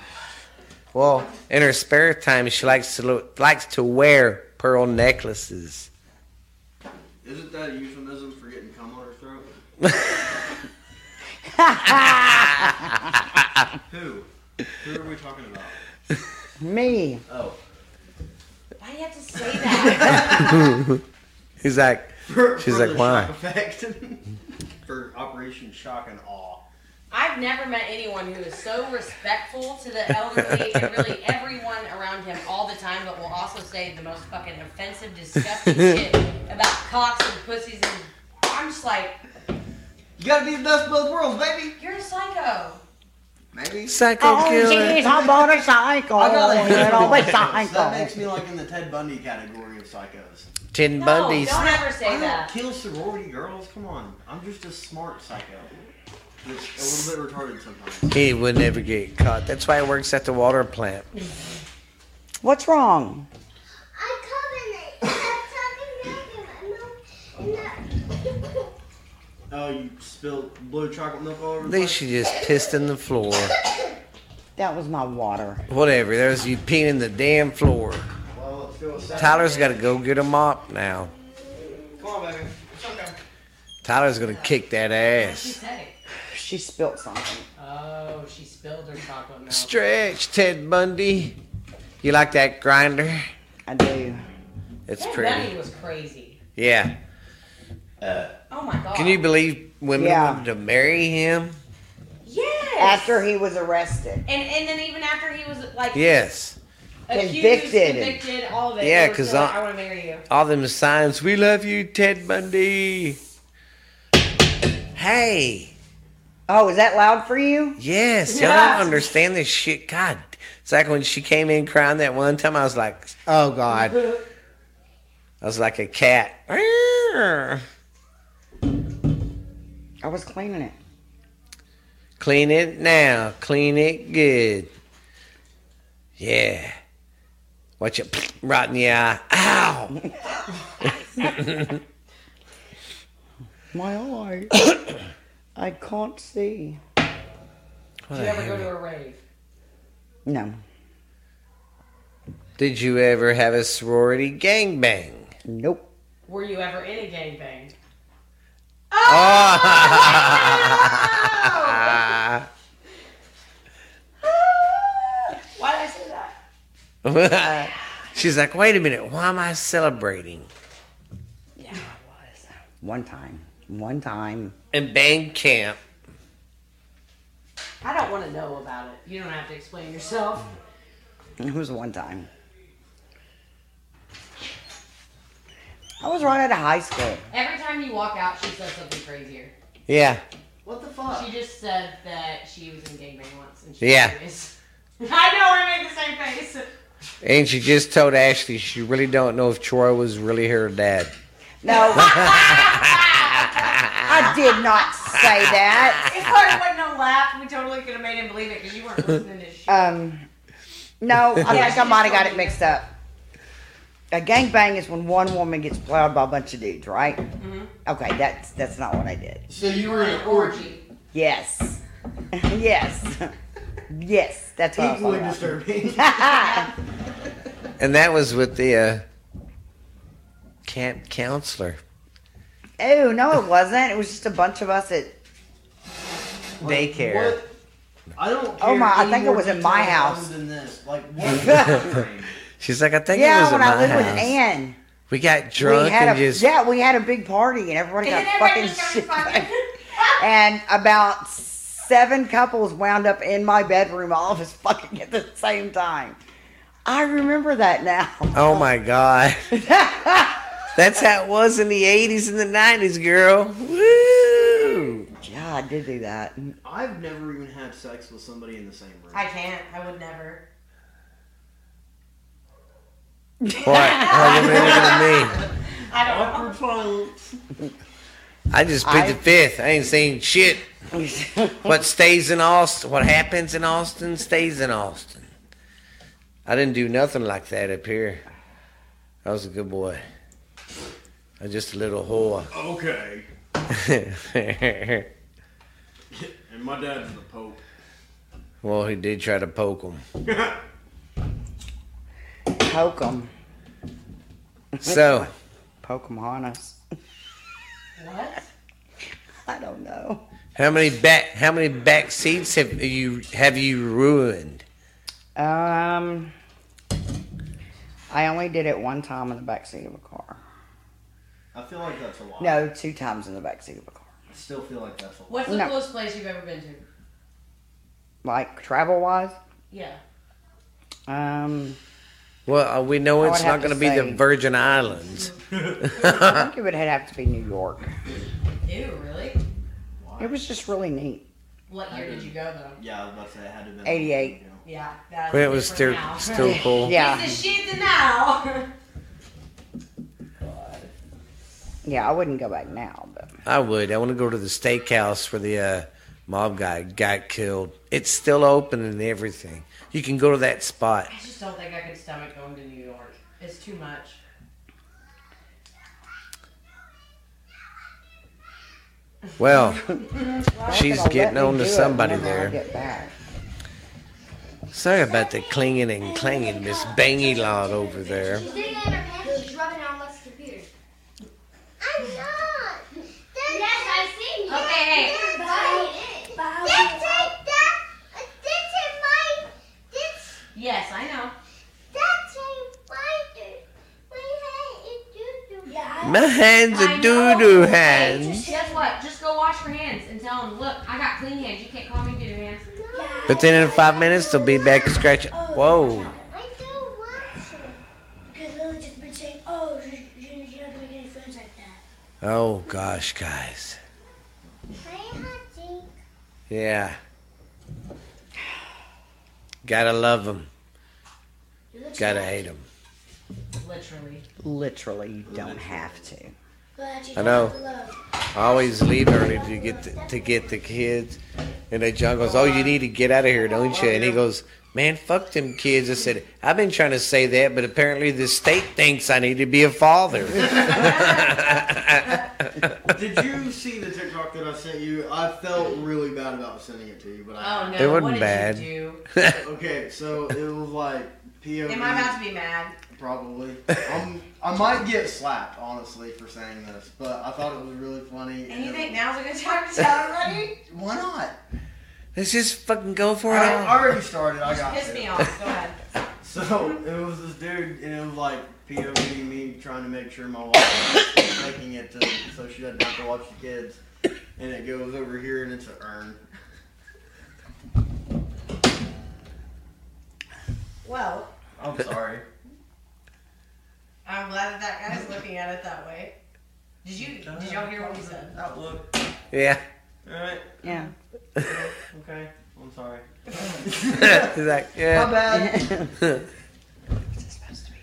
[SPEAKER 1] Well, in her spare time, she likes to look, likes to wear pearl necklaces.
[SPEAKER 5] Isn't that a euphemism for getting cum on her throat? Who? Who are we talking about?
[SPEAKER 4] Me.
[SPEAKER 5] Oh.
[SPEAKER 3] Why do you have to say that?
[SPEAKER 1] He's like,
[SPEAKER 5] For,
[SPEAKER 1] She's
[SPEAKER 5] for
[SPEAKER 1] like,
[SPEAKER 5] the
[SPEAKER 1] "Why?"
[SPEAKER 5] Shock effect. for Operation Shock and Awe.
[SPEAKER 3] I've never met anyone who is so respectful to the elderly and really everyone around him all the time, but will also say the most fucking offensive, disgusting shit about cocks and pussies. And I'm just like,
[SPEAKER 5] You gotta be the best of both worlds, baby!
[SPEAKER 3] you're a psycho.
[SPEAKER 5] Maybe.
[SPEAKER 1] psycho
[SPEAKER 3] Oh,
[SPEAKER 4] Oh,
[SPEAKER 1] killer.
[SPEAKER 4] I'm on a cycle.
[SPEAKER 5] I gotta hate
[SPEAKER 4] I'm a
[SPEAKER 5] psychos. That makes
[SPEAKER 4] cycle.
[SPEAKER 5] me like in the Ted Bundy category of psychos.
[SPEAKER 1] Tin
[SPEAKER 3] No,
[SPEAKER 1] Bundy's.
[SPEAKER 3] don't ever say
[SPEAKER 5] I don't
[SPEAKER 3] that.
[SPEAKER 5] kill sorority girls. Come on, I'm just a smart psycho. That's a little bit retarded sometimes.
[SPEAKER 1] He would never get caught. That's why he works at the water plant.
[SPEAKER 4] What's wrong?
[SPEAKER 9] I'm coming. Stop talking back in my mouth.
[SPEAKER 5] Oh, you spilled blue chocolate milk all over the
[SPEAKER 1] They
[SPEAKER 5] place.
[SPEAKER 1] should just pissed in the floor.
[SPEAKER 4] That was my water.
[SPEAKER 1] Whatever. There's you peeing in the damn floor.
[SPEAKER 5] Well, let's go with that.
[SPEAKER 1] Tyler's got to go get a mop now.
[SPEAKER 5] Come on, baby. It's okay.
[SPEAKER 1] Tyler's gonna kick that
[SPEAKER 3] What'd she
[SPEAKER 1] ass.
[SPEAKER 3] say?
[SPEAKER 4] She spilt something.
[SPEAKER 3] Oh, she spilled her chocolate milk.
[SPEAKER 1] Stretch, Ted Bundy. You like that grinder?
[SPEAKER 4] I do.
[SPEAKER 1] It's
[SPEAKER 3] Ted Bundy
[SPEAKER 1] pretty.
[SPEAKER 3] was crazy.
[SPEAKER 1] Yeah.
[SPEAKER 3] Oh my god.
[SPEAKER 1] Can you believe women
[SPEAKER 4] Yeah.
[SPEAKER 1] wanted to marry him?
[SPEAKER 3] Yes.
[SPEAKER 4] After he was arrested.
[SPEAKER 3] And and then even after he was like
[SPEAKER 1] Yes.
[SPEAKER 3] accused,
[SPEAKER 4] Convicted.
[SPEAKER 3] convicted, all of it.
[SPEAKER 1] Yeah,
[SPEAKER 3] they were
[SPEAKER 1] 'cause
[SPEAKER 3] still like,
[SPEAKER 1] I-
[SPEAKER 3] I, want to marry you.
[SPEAKER 1] All them signs. We love you, Ted Bundy. Hey.
[SPEAKER 4] Oh, is that loud for you?
[SPEAKER 1] Yes, y'all
[SPEAKER 3] Yeah.
[SPEAKER 1] don't understand this shit. God, it's like when she came in crying that one time. I was like, oh god, I was like a cat.
[SPEAKER 4] I was cleaning it.
[SPEAKER 1] Clean it now, clean it good. Yeah, watch it right in the eye. Ow!
[SPEAKER 4] My eye. I can't see.
[SPEAKER 1] What
[SPEAKER 3] Do
[SPEAKER 1] the
[SPEAKER 3] you ever
[SPEAKER 1] hell?
[SPEAKER 3] go to a rave?
[SPEAKER 4] No.
[SPEAKER 1] Did you ever have a sorority gangbang?
[SPEAKER 4] Nope.
[SPEAKER 3] Were you ever in a gangbang?
[SPEAKER 1] Oh!
[SPEAKER 3] Why did I say that?
[SPEAKER 1] She's like, wait a minute, why am I celebrating?
[SPEAKER 4] Yeah, I was. One time. One time.
[SPEAKER 1] And bang camp.
[SPEAKER 3] I don't want to know about it. You don't have to explain yourself.
[SPEAKER 1] Mm-hmm.
[SPEAKER 4] It was one time. I was right out of high school.
[SPEAKER 3] Every time you walk out, she says something crazier.
[SPEAKER 1] Yeah.
[SPEAKER 5] What the fuck?
[SPEAKER 3] She just said that she was in gangbang once, and she
[SPEAKER 1] Yeah.
[SPEAKER 3] serious. I know I made the same face.
[SPEAKER 1] And she just told Ashley she really don't know if Troy was really her dad.
[SPEAKER 4] No. I did not say that.
[SPEAKER 3] It probably wasn't a laugh. We totally could have made him believe it because you weren't listening to shit.
[SPEAKER 4] Um, no, I think I might have got it mixed up. A gangbang is when one woman gets plowed by a bunch of dudes, right? Okay, that's that's not what I did.
[SPEAKER 5] So you were in an orgy.
[SPEAKER 3] Orgy.
[SPEAKER 4] Yes, yes, yes. That's what
[SPEAKER 5] Equally
[SPEAKER 4] I was talking
[SPEAKER 5] disturbing.
[SPEAKER 4] about.
[SPEAKER 1] And that was with the uh, camp counselor.
[SPEAKER 4] oh no, it wasn't. It was just a bunch of us at.
[SPEAKER 1] Daycare.
[SPEAKER 5] What? I don't care
[SPEAKER 4] Oh my, I
[SPEAKER 5] any
[SPEAKER 4] think it
[SPEAKER 5] more
[SPEAKER 4] was in my
[SPEAKER 5] details
[SPEAKER 4] house.
[SPEAKER 5] other Than this. Like, what?
[SPEAKER 1] She's like, I think it was
[SPEAKER 4] Yeah,
[SPEAKER 1] at
[SPEAKER 4] when
[SPEAKER 1] my
[SPEAKER 4] I lived
[SPEAKER 1] house.
[SPEAKER 4] with Ann,
[SPEAKER 1] We got drunk
[SPEAKER 4] we had
[SPEAKER 1] and
[SPEAKER 4] a
[SPEAKER 1] just
[SPEAKER 4] yeah, we had a big party and everybody
[SPEAKER 3] And
[SPEAKER 4] got
[SPEAKER 3] then everybody
[SPEAKER 4] fucking
[SPEAKER 3] just started
[SPEAKER 4] shit.
[SPEAKER 3] fucking.
[SPEAKER 4] and about seven couples wound up in my bedroom all of us fucking at the same time. I remember that now.
[SPEAKER 1] Oh my god. That's how it was in the 80s and the 90s, girl. Woo!
[SPEAKER 4] Yeah, I did do that.
[SPEAKER 5] I've never even had sex with somebody in the same room.
[SPEAKER 3] I can't. I would never.
[SPEAKER 1] What? How's it looking at me?
[SPEAKER 3] I don't know.
[SPEAKER 5] Awkward silence.
[SPEAKER 1] I just picked the
[SPEAKER 4] I-
[SPEAKER 1] fifth. I ain't seen shit. What stays in Austin, what happens in Austin stays in Austin. I didn't do nothing like that up here. I was a good boy. I was just a little
[SPEAKER 5] Okay.
[SPEAKER 1] whore.
[SPEAKER 5] And my dad's the Pope.
[SPEAKER 1] well, he did try to poke him.
[SPEAKER 4] Poke them.
[SPEAKER 1] So,
[SPEAKER 4] Poke 'em on us.
[SPEAKER 3] What?
[SPEAKER 4] I don't know.
[SPEAKER 1] how many back how many back seats have you have you ruined?
[SPEAKER 4] Um, I only did it one time in the backseat of a car.
[SPEAKER 5] I feel like that's a lot.
[SPEAKER 4] No, two times in the backseat of a car.
[SPEAKER 5] I still feel like that's a lot.
[SPEAKER 3] What's the
[SPEAKER 4] No.
[SPEAKER 3] coolest place you've ever been to?
[SPEAKER 4] Like travel wise,
[SPEAKER 3] Yeah.
[SPEAKER 4] um,
[SPEAKER 1] Well, uh, we know
[SPEAKER 4] I
[SPEAKER 1] it's
[SPEAKER 4] would
[SPEAKER 1] not
[SPEAKER 4] have to
[SPEAKER 1] going to be the
[SPEAKER 4] say-
[SPEAKER 1] Virgin Islands.
[SPEAKER 4] I think it would have to be New York.
[SPEAKER 3] Ew, really?
[SPEAKER 4] It was just really neat.
[SPEAKER 3] What year did you go though?
[SPEAKER 5] Yeah, I was about to say it had to have been.
[SPEAKER 4] 88.
[SPEAKER 3] Yeah, that's
[SPEAKER 1] When it was still
[SPEAKER 3] different now.
[SPEAKER 1] still cool.
[SPEAKER 4] Yeah,
[SPEAKER 3] This is shit now.
[SPEAKER 4] yeah, I wouldn't go back now, but
[SPEAKER 1] I would. I want to go to the steakhouse where the uh, mob guy got killed. It's still open and everything. You can go to that spot.
[SPEAKER 3] I just don't think I could stomach going to New York. It's too much.
[SPEAKER 1] Well,
[SPEAKER 4] I
[SPEAKER 1] She's
[SPEAKER 4] think I'll
[SPEAKER 1] getting
[SPEAKER 4] let me
[SPEAKER 1] on to
[SPEAKER 4] do it
[SPEAKER 1] somebody
[SPEAKER 4] whenever I
[SPEAKER 1] there.
[SPEAKER 4] Get back.
[SPEAKER 1] sorry about the clinging and clanging, Miss Bangy Lot over there.
[SPEAKER 9] She's doing it in her pants. She's rubbing it on Lex' computer. I'm not. yes, I've seen you.
[SPEAKER 3] Okay, hey.
[SPEAKER 9] That's right. This ain't that. This ain't my. This.
[SPEAKER 3] Yes, I know.
[SPEAKER 9] That's ain't my dirt. My hand is doo-doo. Yeah.
[SPEAKER 1] My hands
[SPEAKER 3] I
[SPEAKER 1] are
[SPEAKER 3] know.
[SPEAKER 1] doo doo
[SPEAKER 3] Hey,
[SPEAKER 1] hands.
[SPEAKER 3] just- Guess what? Just go wash your hands and tell them, look, I got clean hands. You can't call me dirty hands.
[SPEAKER 1] But then in five minutes, they'll be back and scratch. Whoa.
[SPEAKER 9] I don't want to.
[SPEAKER 6] Because Lily just been saying, oh, you- you- you're not going to make any friends like that.
[SPEAKER 1] Oh, gosh, guys.
[SPEAKER 9] Hi, Haji.
[SPEAKER 1] Yeah. Gotta love them.
[SPEAKER 6] You look
[SPEAKER 1] Gotta
[SPEAKER 6] smart.
[SPEAKER 1] hate them.
[SPEAKER 3] Literally.
[SPEAKER 4] Literally, you don't have to.
[SPEAKER 6] Glad you
[SPEAKER 1] I know.
[SPEAKER 6] don't love.
[SPEAKER 1] I always leave early to get the, to get the kids. And then John goes, "Oh, you need to get out of here, don't you?" And he goes, "Man, fuck them kids." I said, "I've been trying to say that, but apparently the state thinks I need to be a father."
[SPEAKER 5] Did you see the TikTok that I sent you? I felt really bad about sending it to you, but I.
[SPEAKER 3] Oh no.
[SPEAKER 1] It wasn't
[SPEAKER 3] what did
[SPEAKER 1] bad.
[SPEAKER 3] You
[SPEAKER 5] Okay, so it was like
[SPEAKER 3] do?
[SPEAKER 5] POV.
[SPEAKER 3] Am I about to be mad?
[SPEAKER 5] Probably. Um, I might get slapped, honestly, for saying this, but I thought it was really funny.
[SPEAKER 3] And you
[SPEAKER 5] it-
[SPEAKER 3] think now's a good time to tell everybody?
[SPEAKER 5] Why not?
[SPEAKER 1] Let's just fucking go for it.
[SPEAKER 5] I
[SPEAKER 1] all.
[SPEAKER 5] already started. I got
[SPEAKER 3] Piss
[SPEAKER 5] to.
[SPEAKER 3] me off. Go ahead.
[SPEAKER 5] So it was this dude, and it was like POV me trying to make sure my wife was making it to, so she doesn't have to watch the kids. And it goes over here, and it's an urn.
[SPEAKER 3] Well,
[SPEAKER 5] I'm sorry.
[SPEAKER 3] I'm glad that that guy's looking at it that way. Did you? Did y'all hear what he said?
[SPEAKER 5] Outlook.
[SPEAKER 1] Yeah,
[SPEAKER 5] All right.
[SPEAKER 4] Yeah.
[SPEAKER 5] Okay. I'm sorry.
[SPEAKER 1] He's like,
[SPEAKER 5] My
[SPEAKER 1] yeah.
[SPEAKER 5] bad.
[SPEAKER 4] Is it supposed to be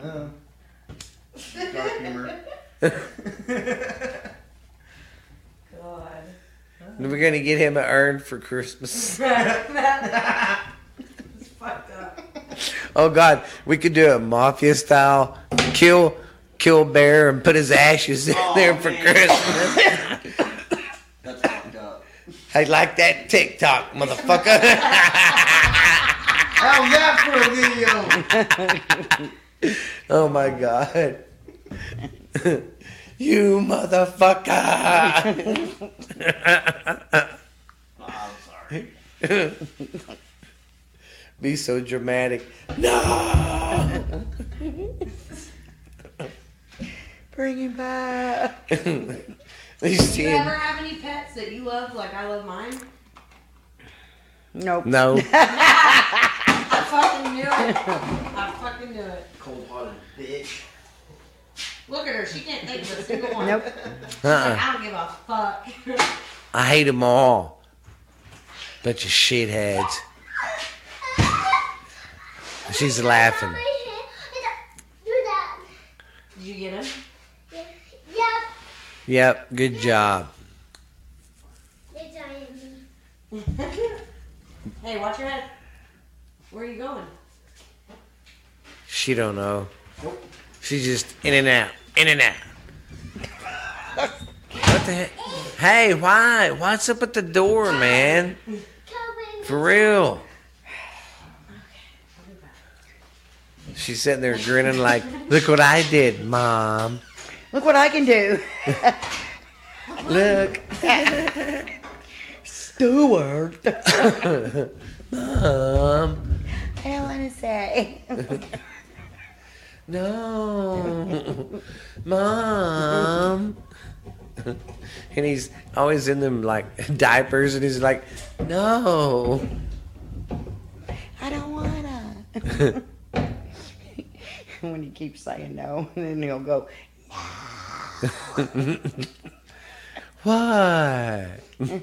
[SPEAKER 4] funny?
[SPEAKER 5] Uh, dark humor.
[SPEAKER 3] God.
[SPEAKER 1] We're gonna get him an urn for Christmas.
[SPEAKER 3] that is fucked up.
[SPEAKER 1] Oh God, we could do a mafia style kill kill bear and put his ashes in
[SPEAKER 5] Aw,
[SPEAKER 1] there for
[SPEAKER 5] man.
[SPEAKER 1] Christmas.
[SPEAKER 5] That's fucked up.
[SPEAKER 1] I like that TikTok, motherfucker.
[SPEAKER 5] How's that for a video?
[SPEAKER 1] Oh my god. you motherfucker.
[SPEAKER 5] I'm sorry.
[SPEAKER 1] Be so dramatic. No.
[SPEAKER 4] Bring him back.
[SPEAKER 1] you
[SPEAKER 3] Do
[SPEAKER 1] see
[SPEAKER 3] you ever
[SPEAKER 1] him?
[SPEAKER 3] have any pets that you love like I love mine?
[SPEAKER 4] Nope.
[SPEAKER 1] No.
[SPEAKER 3] fucking knew it. I fucking knew it.
[SPEAKER 5] Cold hearted bitch.
[SPEAKER 3] Look at her. She can't think of a single one.
[SPEAKER 4] Nope.
[SPEAKER 3] She's
[SPEAKER 1] Uh-uh.
[SPEAKER 3] like, I don't give a fuck.
[SPEAKER 1] I hate them all. Bunch of shitheads. She's laughing.
[SPEAKER 9] Do that.
[SPEAKER 3] Did you get him?
[SPEAKER 9] Yep.
[SPEAKER 1] Yep, good job.
[SPEAKER 9] The giant bee.
[SPEAKER 3] hey, watch your head. Where are you going?
[SPEAKER 1] She don't know. She's just in and out, in and out. What the heck? Hey, why? What's up at the door, man?
[SPEAKER 9] Coming.
[SPEAKER 1] For real. She's sitting there grinning like, look what I did, mom.
[SPEAKER 4] Look what I can do.
[SPEAKER 1] Look.
[SPEAKER 4] Steward.
[SPEAKER 1] Mom.
[SPEAKER 4] LNSA.
[SPEAKER 1] No. Mom. And he's always in them like diapers and he's like, no.
[SPEAKER 4] I don't wanna. And when you keep saying no, and then he'll go,
[SPEAKER 1] Why?
[SPEAKER 5] What's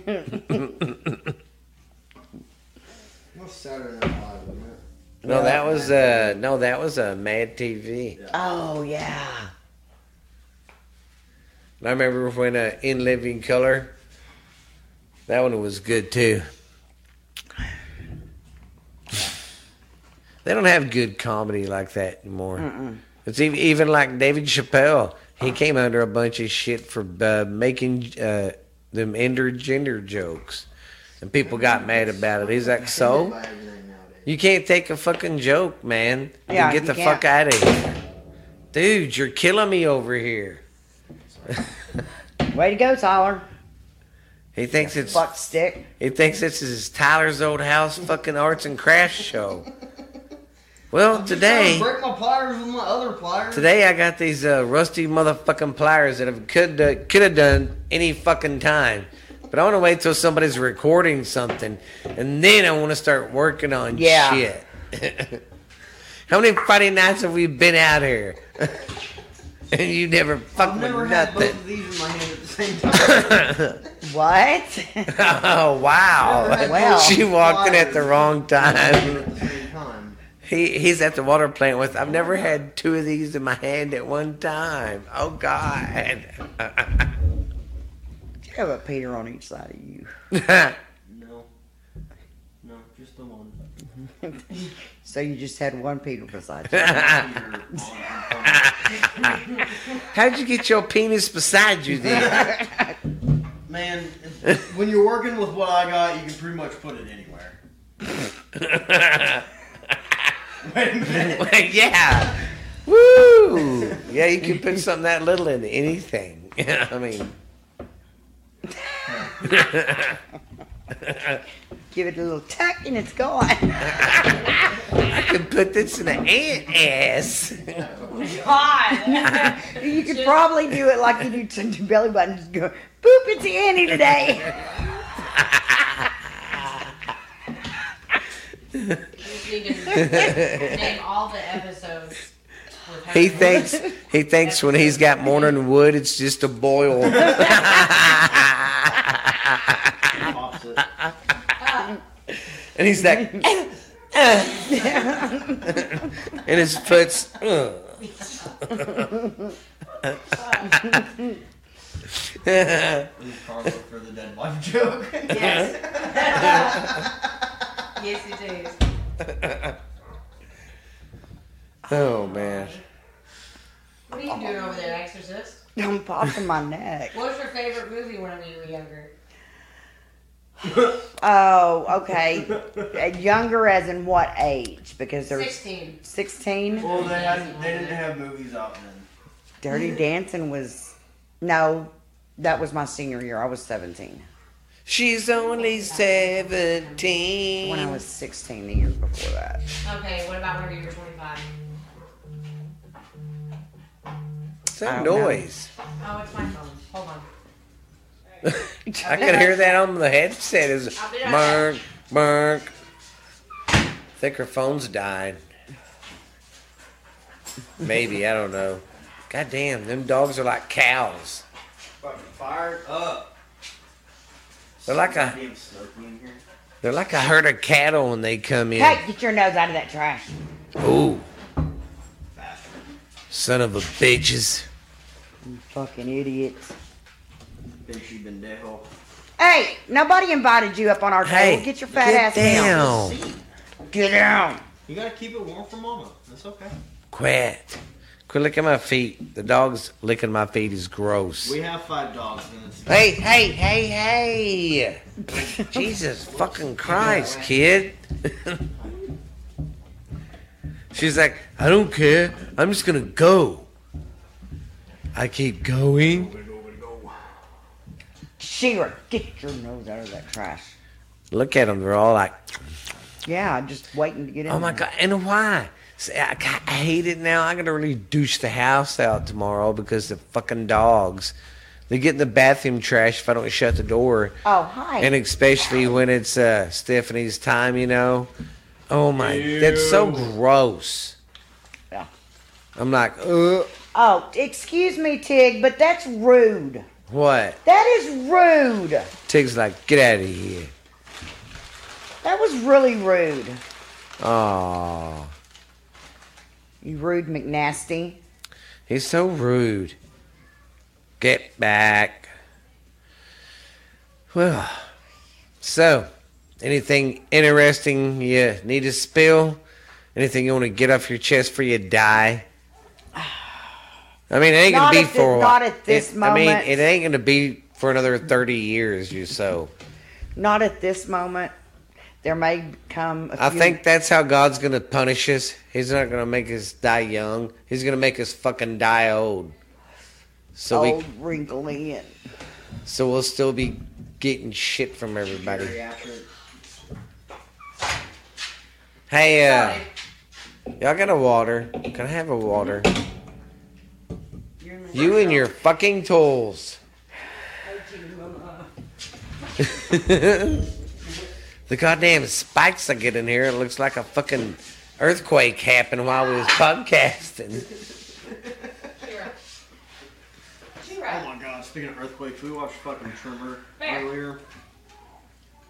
[SPEAKER 5] Saturday Night Live, wasn't it?
[SPEAKER 1] No, that was uh no, that was a Mad TV.
[SPEAKER 4] oh yeah.
[SPEAKER 1] And I remember when uh, In Living Color, that one was good too. They don't have good comedy like that anymore.
[SPEAKER 4] Mm.
[SPEAKER 1] It's even, even like David Chappelle. He came under a bunch of shit for uh, making uh, them intergender jokes, and people got mad about it. He's like, "So
[SPEAKER 5] By everything nowadays.
[SPEAKER 1] you can't take a fucking joke, man. You
[SPEAKER 4] Yeah,
[SPEAKER 1] get
[SPEAKER 4] you
[SPEAKER 1] the
[SPEAKER 4] can't.
[SPEAKER 1] fuck out of here, dude. You're killing me over here."
[SPEAKER 4] Way to go, Tyler.
[SPEAKER 1] He thinks it's
[SPEAKER 4] Fuck stick.
[SPEAKER 1] He thinks this is Tyler's old house fucking arts and crafts show. Well, today
[SPEAKER 5] Break my pliers with my other pliers.
[SPEAKER 1] today I got these uh, rusty motherfucking pliers that have could uh, could have done any fucking time. But I want to wait till somebody's recording something, and then I want to start working on
[SPEAKER 4] Yeah.
[SPEAKER 1] shit. How many Friday nights have we been out here? and you never
[SPEAKER 5] I've
[SPEAKER 1] fucking
[SPEAKER 5] never
[SPEAKER 1] with
[SPEAKER 5] had both
[SPEAKER 1] nothing.
[SPEAKER 5] of these in my hand at the same time.
[SPEAKER 4] What?
[SPEAKER 1] oh
[SPEAKER 5] Never
[SPEAKER 1] wow!
[SPEAKER 5] had
[SPEAKER 4] Well.
[SPEAKER 5] both
[SPEAKER 1] she walked in at the
[SPEAKER 5] pliers.
[SPEAKER 1] wrong time.
[SPEAKER 5] At the same time.
[SPEAKER 1] He he's at the water plant with. I've never had two of these in my hand at one time. Oh God.
[SPEAKER 4] you have a Peter on each side of you.
[SPEAKER 5] No. No, just the one.
[SPEAKER 4] So you just had one Peter beside you.
[SPEAKER 1] Ah. How'd you get your penis beside you then?
[SPEAKER 5] Man, it's- when you're working with what I got, you can pretty much put it anywhere. Wait a minute.
[SPEAKER 1] yeah. Woo. Yeah, you can put something that little in anything. I mean.
[SPEAKER 4] Give it a little tuck and it's gone.
[SPEAKER 1] I can put this in an ant ass.
[SPEAKER 3] God.
[SPEAKER 4] You could probably do it like you do to to belly button. Just go, boop, it's Annie today.
[SPEAKER 3] You just need to name all the episodes. with her.
[SPEAKER 1] He thinks he thinks when he's got morning wood, it's just a boil.
[SPEAKER 5] Pops it.
[SPEAKER 1] And he's like, "Uh." and his foot's. "Uh." "Ugh."
[SPEAKER 5] Leave Carlo for the dead wife joke.
[SPEAKER 3] Yes. yes, it is.
[SPEAKER 1] oh man,
[SPEAKER 3] What are you doing over there, Exorcist?
[SPEAKER 4] I'm popping my neck.
[SPEAKER 3] What was your favorite movie whenever you were younger?
[SPEAKER 4] Oh, okay. Uh, Younger as in what age? Because there's
[SPEAKER 3] 16.
[SPEAKER 4] 16.
[SPEAKER 5] well, they, hadn't, they didn't have movies out then.
[SPEAKER 4] Dirty Dancing was, no, that was my senior year. I was 17.
[SPEAKER 1] she's only seventeen.
[SPEAKER 4] When I was 16, the year before that.
[SPEAKER 3] Okay, what about whenever you were 25?
[SPEAKER 1] What's that
[SPEAKER 4] I don't know.
[SPEAKER 1] noise?
[SPEAKER 3] Oh, it's my phone. Hold on.
[SPEAKER 1] I could hear that on the headset. Is
[SPEAKER 3] I'll be right
[SPEAKER 1] bark, bark. think her phone's died. Maybe, I don't know. God damn, them dogs are like cows.
[SPEAKER 5] Fucking fired up.
[SPEAKER 1] They're like a-
[SPEAKER 5] Damn smoky in here.
[SPEAKER 1] They're like a herd of cattle when they come in.
[SPEAKER 4] Hey, get your nose out of that trash.
[SPEAKER 1] Ooh,
[SPEAKER 5] Bastard.
[SPEAKER 1] son of a bitches.
[SPEAKER 4] You fucking idiots.
[SPEAKER 5] Bitch, you been dead hole.
[SPEAKER 4] Hey, nobody invited you up on our table.
[SPEAKER 1] Hey,
[SPEAKER 4] get your fat
[SPEAKER 1] get
[SPEAKER 4] ass down.
[SPEAKER 1] down.
[SPEAKER 5] See,
[SPEAKER 4] Get down.
[SPEAKER 5] you gotta keep it warm for mama. That's okay.
[SPEAKER 1] Quit. Quit licking my feet. The dog's licking my feet is gross.
[SPEAKER 5] We have five dogs and it's
[SPEAKER 1] Hey, hey, hey, hey. Jesus fucking Christ, kid. She's like, I don't care. I'm just going to go. I keep going.
[SPEAKER 4] Shearer, get your nose out of that trash.
[SPEAKER 1] Look at them. They're all like,
[SPEAKER 4] Yeah, just waiting to get in.
[SPEAKER 1] oh my
[SPEAKER 4] there.
[SPEAKER 1] God. And why? See, I, ca- I hate it now. I got to really douche the house out tomorrow because the fucking dogs. They get in the bathroom trash if I don't shut the door.
[SPEAKER 4] Oh, hi.
[SPEAKER 1] and especially when it's uh, Stephanie's time, you know. Oh my, that's so gross.
[SPEAKER 4] Yeah.
[SPEAKER 1] I'm like, uh,
[SPEAKER 4] oh, excuse me, Tig, but that's rude.
[SPEAKER 1] what?
[SPEAKER 4] That is rude.
[SPEAKER 1] Tig's like, get out of here.
[SPEAKER 4] That was really rude.
[SPEAKER 1] Oh,
[SPEAKER 4] You rude McNasty.
[SPEAKER 1] he's so rude. Get back. Well, so anything interesting you need to spill? Anything you want to get off your chest before you die? I mean, it ain't
[SPEAKER 4] Not
[SPEAKER 1] gonna be
[SPEAKER 4] at thi-
[SPEAKER 1] for a while.
[SPEAKER 4] not at this
[SPEAKER 1] It- I mean,
[SPEAKER 4] moment.
[SPEAKER 1] it ain't gonna be for another thirty years or so.
[SPEAKER 4] Not at this moment. There may come a
[SPEAKER 1] I
[SPEAKER 4] few-
[SPEAKER 1] think that's how God's gonna punish us. He's not gonna make us die young. He's gonna make us fucking die old. So
[SPEAKER 4] old
[SPEAKER 1] we
[SPEAKER 4] wrinkly and
[SPEAKER 1] so we'll still be getting shit from everybody.
[SPEAKER 5] geriatric.
[SPEAKER 1] Hey, uh,
[SPEAKER 3] Sorry.
[SPEAKER 1] y'all got a water? Can I have a water? You and your fucking tools. the goddamn spikes I get in here, it looks like a fucking earthquake happened while we was podcasting.
[SPEAKER 3] Kira.
[SPEAKER 5] Oh
[SPEAKER 3] Kira.
[SPEAKER 5] my god, speaking of earthquakes, we watched fucking Tremor
[SPEAKER 3] Fair.
[SPEAKER 5] earlier.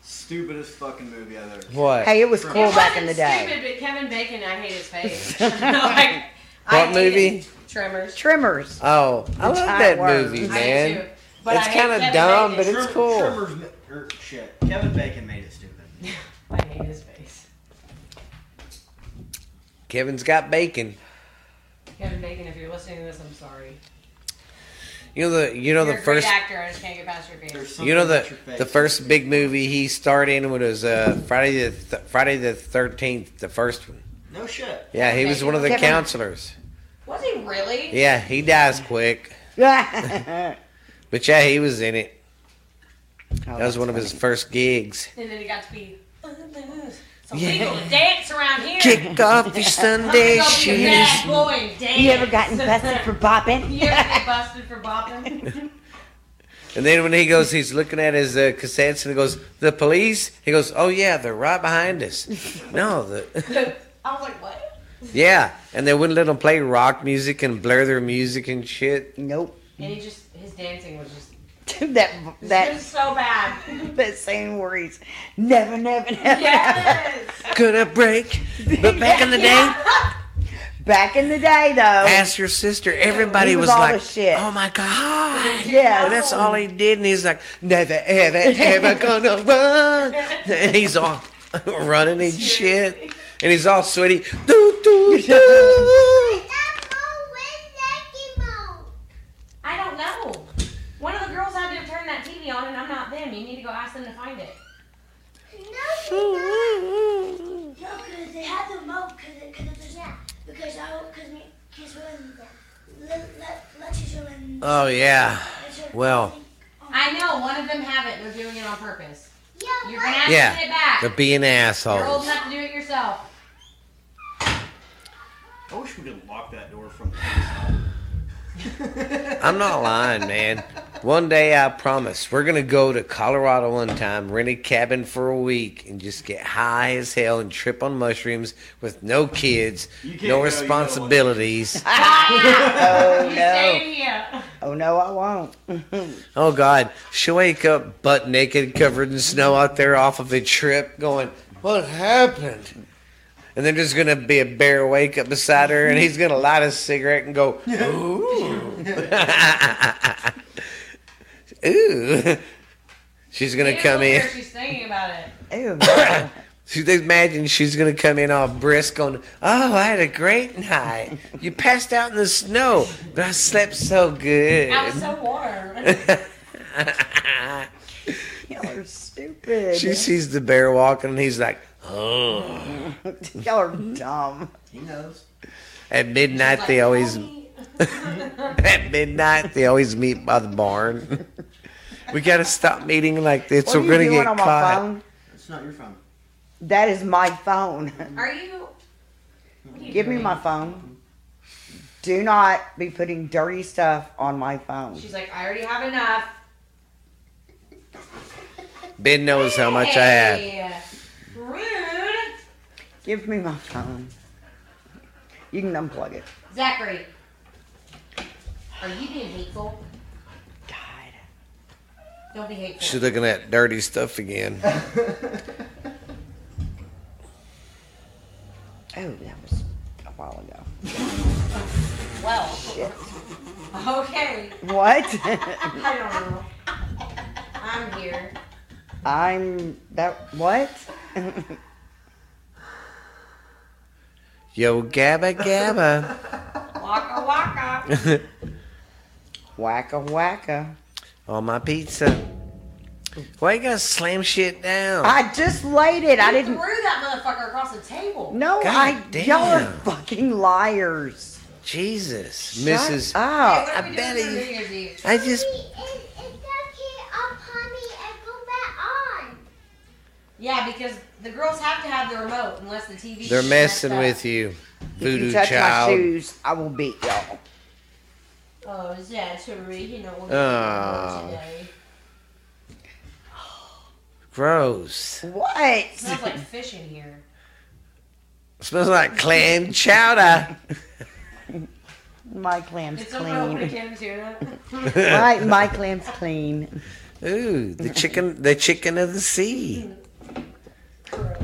[SPEAKER 5] Stupidest fucking movie I've ever seen.
[SPEAKER 1] What?
[SPEAKER 4] hey, it was
[SPEAKER 5] It
[SPEAKER 4] cool
[SPEAKER 3] It
[SPEAKER 4] back in the
[SPEAKER 3] wasn't
[SPEAKER 4] day.
[SPEAKER 3] Stupid, but Kevin Bacon, I hate his face. like, I
[SPEAKER 1] What
[SPEAKER 3] hate
[SPEAKER 1] movie?
[SPEAKER 3] it. Tremors.
[SPEAKER 4] Trimmers.
[SPEAKER 1] Oh, I love that
[SPEAKER 4] Worm.
[SPEAKER 1] movie,
[SPEAKER 3] I do
[SPEAKER 1] man.
[SPEAKER 3] too, but
[SPEAKER 1] It's
[SPEAKER 3] I hate
[SPEAKER 1] kinda
[SPEAKER 3] Kevin
[SPEAKER 1] dumb,
[SPEAKER 3] Bacon.
[SPEAKER 1] but it's-
[SPEAKER 5] Tremor-
[SPEAKER 1] cool.
[SPEAKER 5] Tremors, ma- er, shit. Kevin Bacon made it stupid.
[SPEAKER 3] I hate his face.
[SPEAKER 1] Kevin's got bacon.
[SPEAKER 3] Kevin Bacon, if you're listening to this, I'm sorry.
[SPEAKER 1] You know the you know
[SPEAKER 3] you're
[SPEAKER 1] the
[SPEAKER 3] a
[SPEAKER 1] first
[SPEAKER 3] great actor. I just can't get past your face.
[SPEAKER 5] There's
[SPEAKER 1] you know
[SPEAKER 5] something
[SPEAKER 1] the
[SPEAKER 5] with your
[SPEAKER 1] the
[SPEAKER 5] face.
[SPEAKER 1] first big movie he starred in was uh, Friday the th- Friday the Thirteenth, the first one.
[SPEAKER 5] No shit.
[SPEAKER 1] Yeah, he was one of the
[SPEAKER 4] Kevin-
[SPEAKER 1] counselors.
[SPEAKER 3] Was he really?
[SPEAKER 1] Yeah, he dies quick,
[SPEAKER 4] that
[SPEAKER 1] but yeah, he was in it.
[SPEAKER 4] Oh,
[SPEAKER 5] Oh,
[SPEAKER 1] That was one of his first gigs.
[SPEAKER 3] And then he got to be. It's illegal to dance around here.
[SPEAKER 1] Kick off your Sunday
[SPEAKER 3] Go be a
[SPEAKER 1] shoes.
[SPEAKER 3] bad boy and dance.
[SPEAKER 4] You ever gotten busted for bopping?
[SPEAKER 3] you ever get busted for bopping?
[SPEAKER 1] And then when he goes, he's looking at his uh, cassettes and he goes, "The police." He goes, "Oh yeah, they're right behind us." No, the.
[SPEAKER 3] I was like, what?
[SPEAKER 1] Yeah, and they wouldn't let them play rock music and blur their music and shit.
[SPEAKER 4] Nope.
[SPEAKER 3] And he just his dancing was just
[SPEAKER 4] that
[SPEAKER 3] that
[SPEAKER 4] that
[SPEAKER 3] was so bad.
[SPEAKER 4] that scene where he's never, never, never.
[SPEAKER 3] Yes.
[SPEAKER 1] Gonna break, but back in the day,
[SPEAKER 4] Back in the day, though.
[SPEAKER 1] ask your sister. Everybody
[SPEAKER 4] He was
[SPEAKER 1] was,
[SPEAKER 4] all
[SPEAKER 1] like,
[SPEAKER 4] the shit.
[SPEAKER 1] "Oh my god!"
[SPEAKER 4] yeah.
[SPEAKER 1] And that's all he did. And he's like, "Never, ever, ever gonna run." And he's all running and shit, and he's all sweaty. Doo, doo, doo.
[SPEAKER 3] I don't know. One of the girls had to turn that TV on, and I'm not them. You need to go ask them to find it.
[SPEAKER 9] No, because they had the remote because it was that. Because I because me because when let let let you show them.
[SPEAKER 1] Oh yeah. well.
[SPEAKER 3] I know one of them have it. They're doing it on purpose. You're gonna have
[SPEAKER 1] Yeah.
[SPEAKER 3] to get it back.
[SPEAKER 1] They're being
[SPEAKER 3] You're old
[SPEAKER 1] assholes.
[SPEAKER 3] enough to do it yourself.
[SPEAKER 5] I wish we didn't lock that door from the inside.
[SPEAKER 1] I'm not lying, man. One day I promise we're gonna go to Colorado one time, rent a cabin for a week, and just get high as hell and trip on mushrooms with no kids,
[SPEAKER 5] You can't go,
[SPEAKER 1] no
[SPEAKER 5] you
[SPEAKER 1] responsibilities.
[SPEAKER 4] Oh
[SPEAKER 3] you
[SPEAKER 4] no.
[SPEAKER 3] staying here.
[SPEAKER 4] Oh no, I won't. Mm,
[SPEAKER 1] Oh God, she'll wake up butt naked, covered in snow out there off of a trip, going, "What happened?" And then there's gonna be a bear wake up beside her, and he's gonna light a cigarette and go, "Ooh, ooh." She's gonna
[SPEAKER 3] You
[SPEAKER 1] come
[SPEAKER 3] know,
[SPEAKER 1] in.
[SPEAKER 3] She's thinking about it.
[SPEAKER 4] Ew. no.
[SPEAKER 1] She imagine she's gonna come in all brisk on. Oh, I had a great night. You passed out in the snow, but I slept so good.
[SPEAKER 3] I was so warm.
[SPEAKER 4] Y'all are stupid.
[SPEAKER 1] She sees the bear walking, and he's like, "Oh!"
[SPEAKER 4] Y'all are dumb.
[SPEAKER 5] He knows.
[SPEAKER 1] At midnight, they always at midnight they always meet by the barn. we gotta stop meeting like this,
[SPEAKER 4] What
[SPEAKER 1] or
[SPEAKER 4] are
[SPEAKER 1] we're
[SPEAKER 4] you
[SPEAKER 1] gonna
[SPEAKER 4] doing
[SPEAKER 1] get
[SPEAKER 4] on my
[SPEAKER 1] caught.
[SPEAKER 4] phone?
[SPEAKER 5] It's not your phone.
[SPEAKER 4] That is my phone.
[SPEAKER 3] Are you? what are you
[SPEAKER 4] Give me
[SPEAKER 3] doing?
[SPEAKER 4] my phone. Do not be putting dirty stuff on my phone.
[SPEAKER 3] She's like, I already have enough.
[SPEAKER 1] Ben knows how much I have.
[SPEAKER 3] have. Rude.
[SPEAKER 4] Give me my phone. You can unplug it.
[SPEAKER 3] Zachary, are you being hateful?
[SPEAKER 4] God.
[SPEAKER 3] Don't be hateful.
[SPEAKER 1] She's looking at dirty stuff again.
[SPEAKER 4] Oh, that was a while ago.
[SPEAKER 3] well, okay.
[SPEAKER 4] What?
[SPEAKER 3] I don't know. I'm here.
[SPEAKER 4] I'm that what?
[SPEAKER 1] Yo, gabba gabba.
[SPEAKER 3] Waka waka.
[SPEAKER 4] wacka wacka.
[SPEAKER 1] on my pizza. Why you gotta slam shit down?
[SPEAKER 4] I just laid it. I
[SPEAKER 3] You
[SPEAKER 4] didn't.
[SPEAKER 3] threw that motherfucker across the table.
[SPEAKER 4] No,
[SPEAKER 1] God
[SPEAKER 4] I.
[SPEAKER 1] damn.
[SPEAKER 4] Y'all are fucking liars.
[SPEAKER 1] Jesus,
[SPEAKER 4] Shut
[SPEAKER 1] Mrs.
[SPEAKER 4] up.
[SPEAKER 3] Hey, what are we
[SPEAKER 1] I bet
[SPEAKER 3] doing for
[SPEAKER 1] he-
[SPEAKER 3] New Year's Eve?
[SPEAKER 1] I just
[SPEAKER 3] Yeah, because the girls have to have the remote unless the TV.
[SPEAKER 1] they're messing with you,
[SPEAKER 4] If you
[SPEAKER 1] voodoo
[SPEAKER 4] touch my
[SPEAKER 1] child.
[SPEAKER 4] shoes, I will beat y'all.
[SPEAKER 3] Oh, Zachary, you know what
[SPEAKER 1] Oh.
[SPEAKER 3] today.
[SPEAKER 1] Gross.
[SPEAKER 4] What?
[SPEAKER 3] smells like fish in here.
[SPEAKER 1] Smells like clam chowder.
[SPEAKER 4] My clam's
[SPEAKER 3] Did someone open a can
[SPEAKER 4] clean.
[SPEAKER 3] of tuna?
[SPEAKER 4] Right, my clam's clean.
[SPEAKER 1] Ooh, the chicken, the chicken of the sea.
[SPEAKER 3] Gross.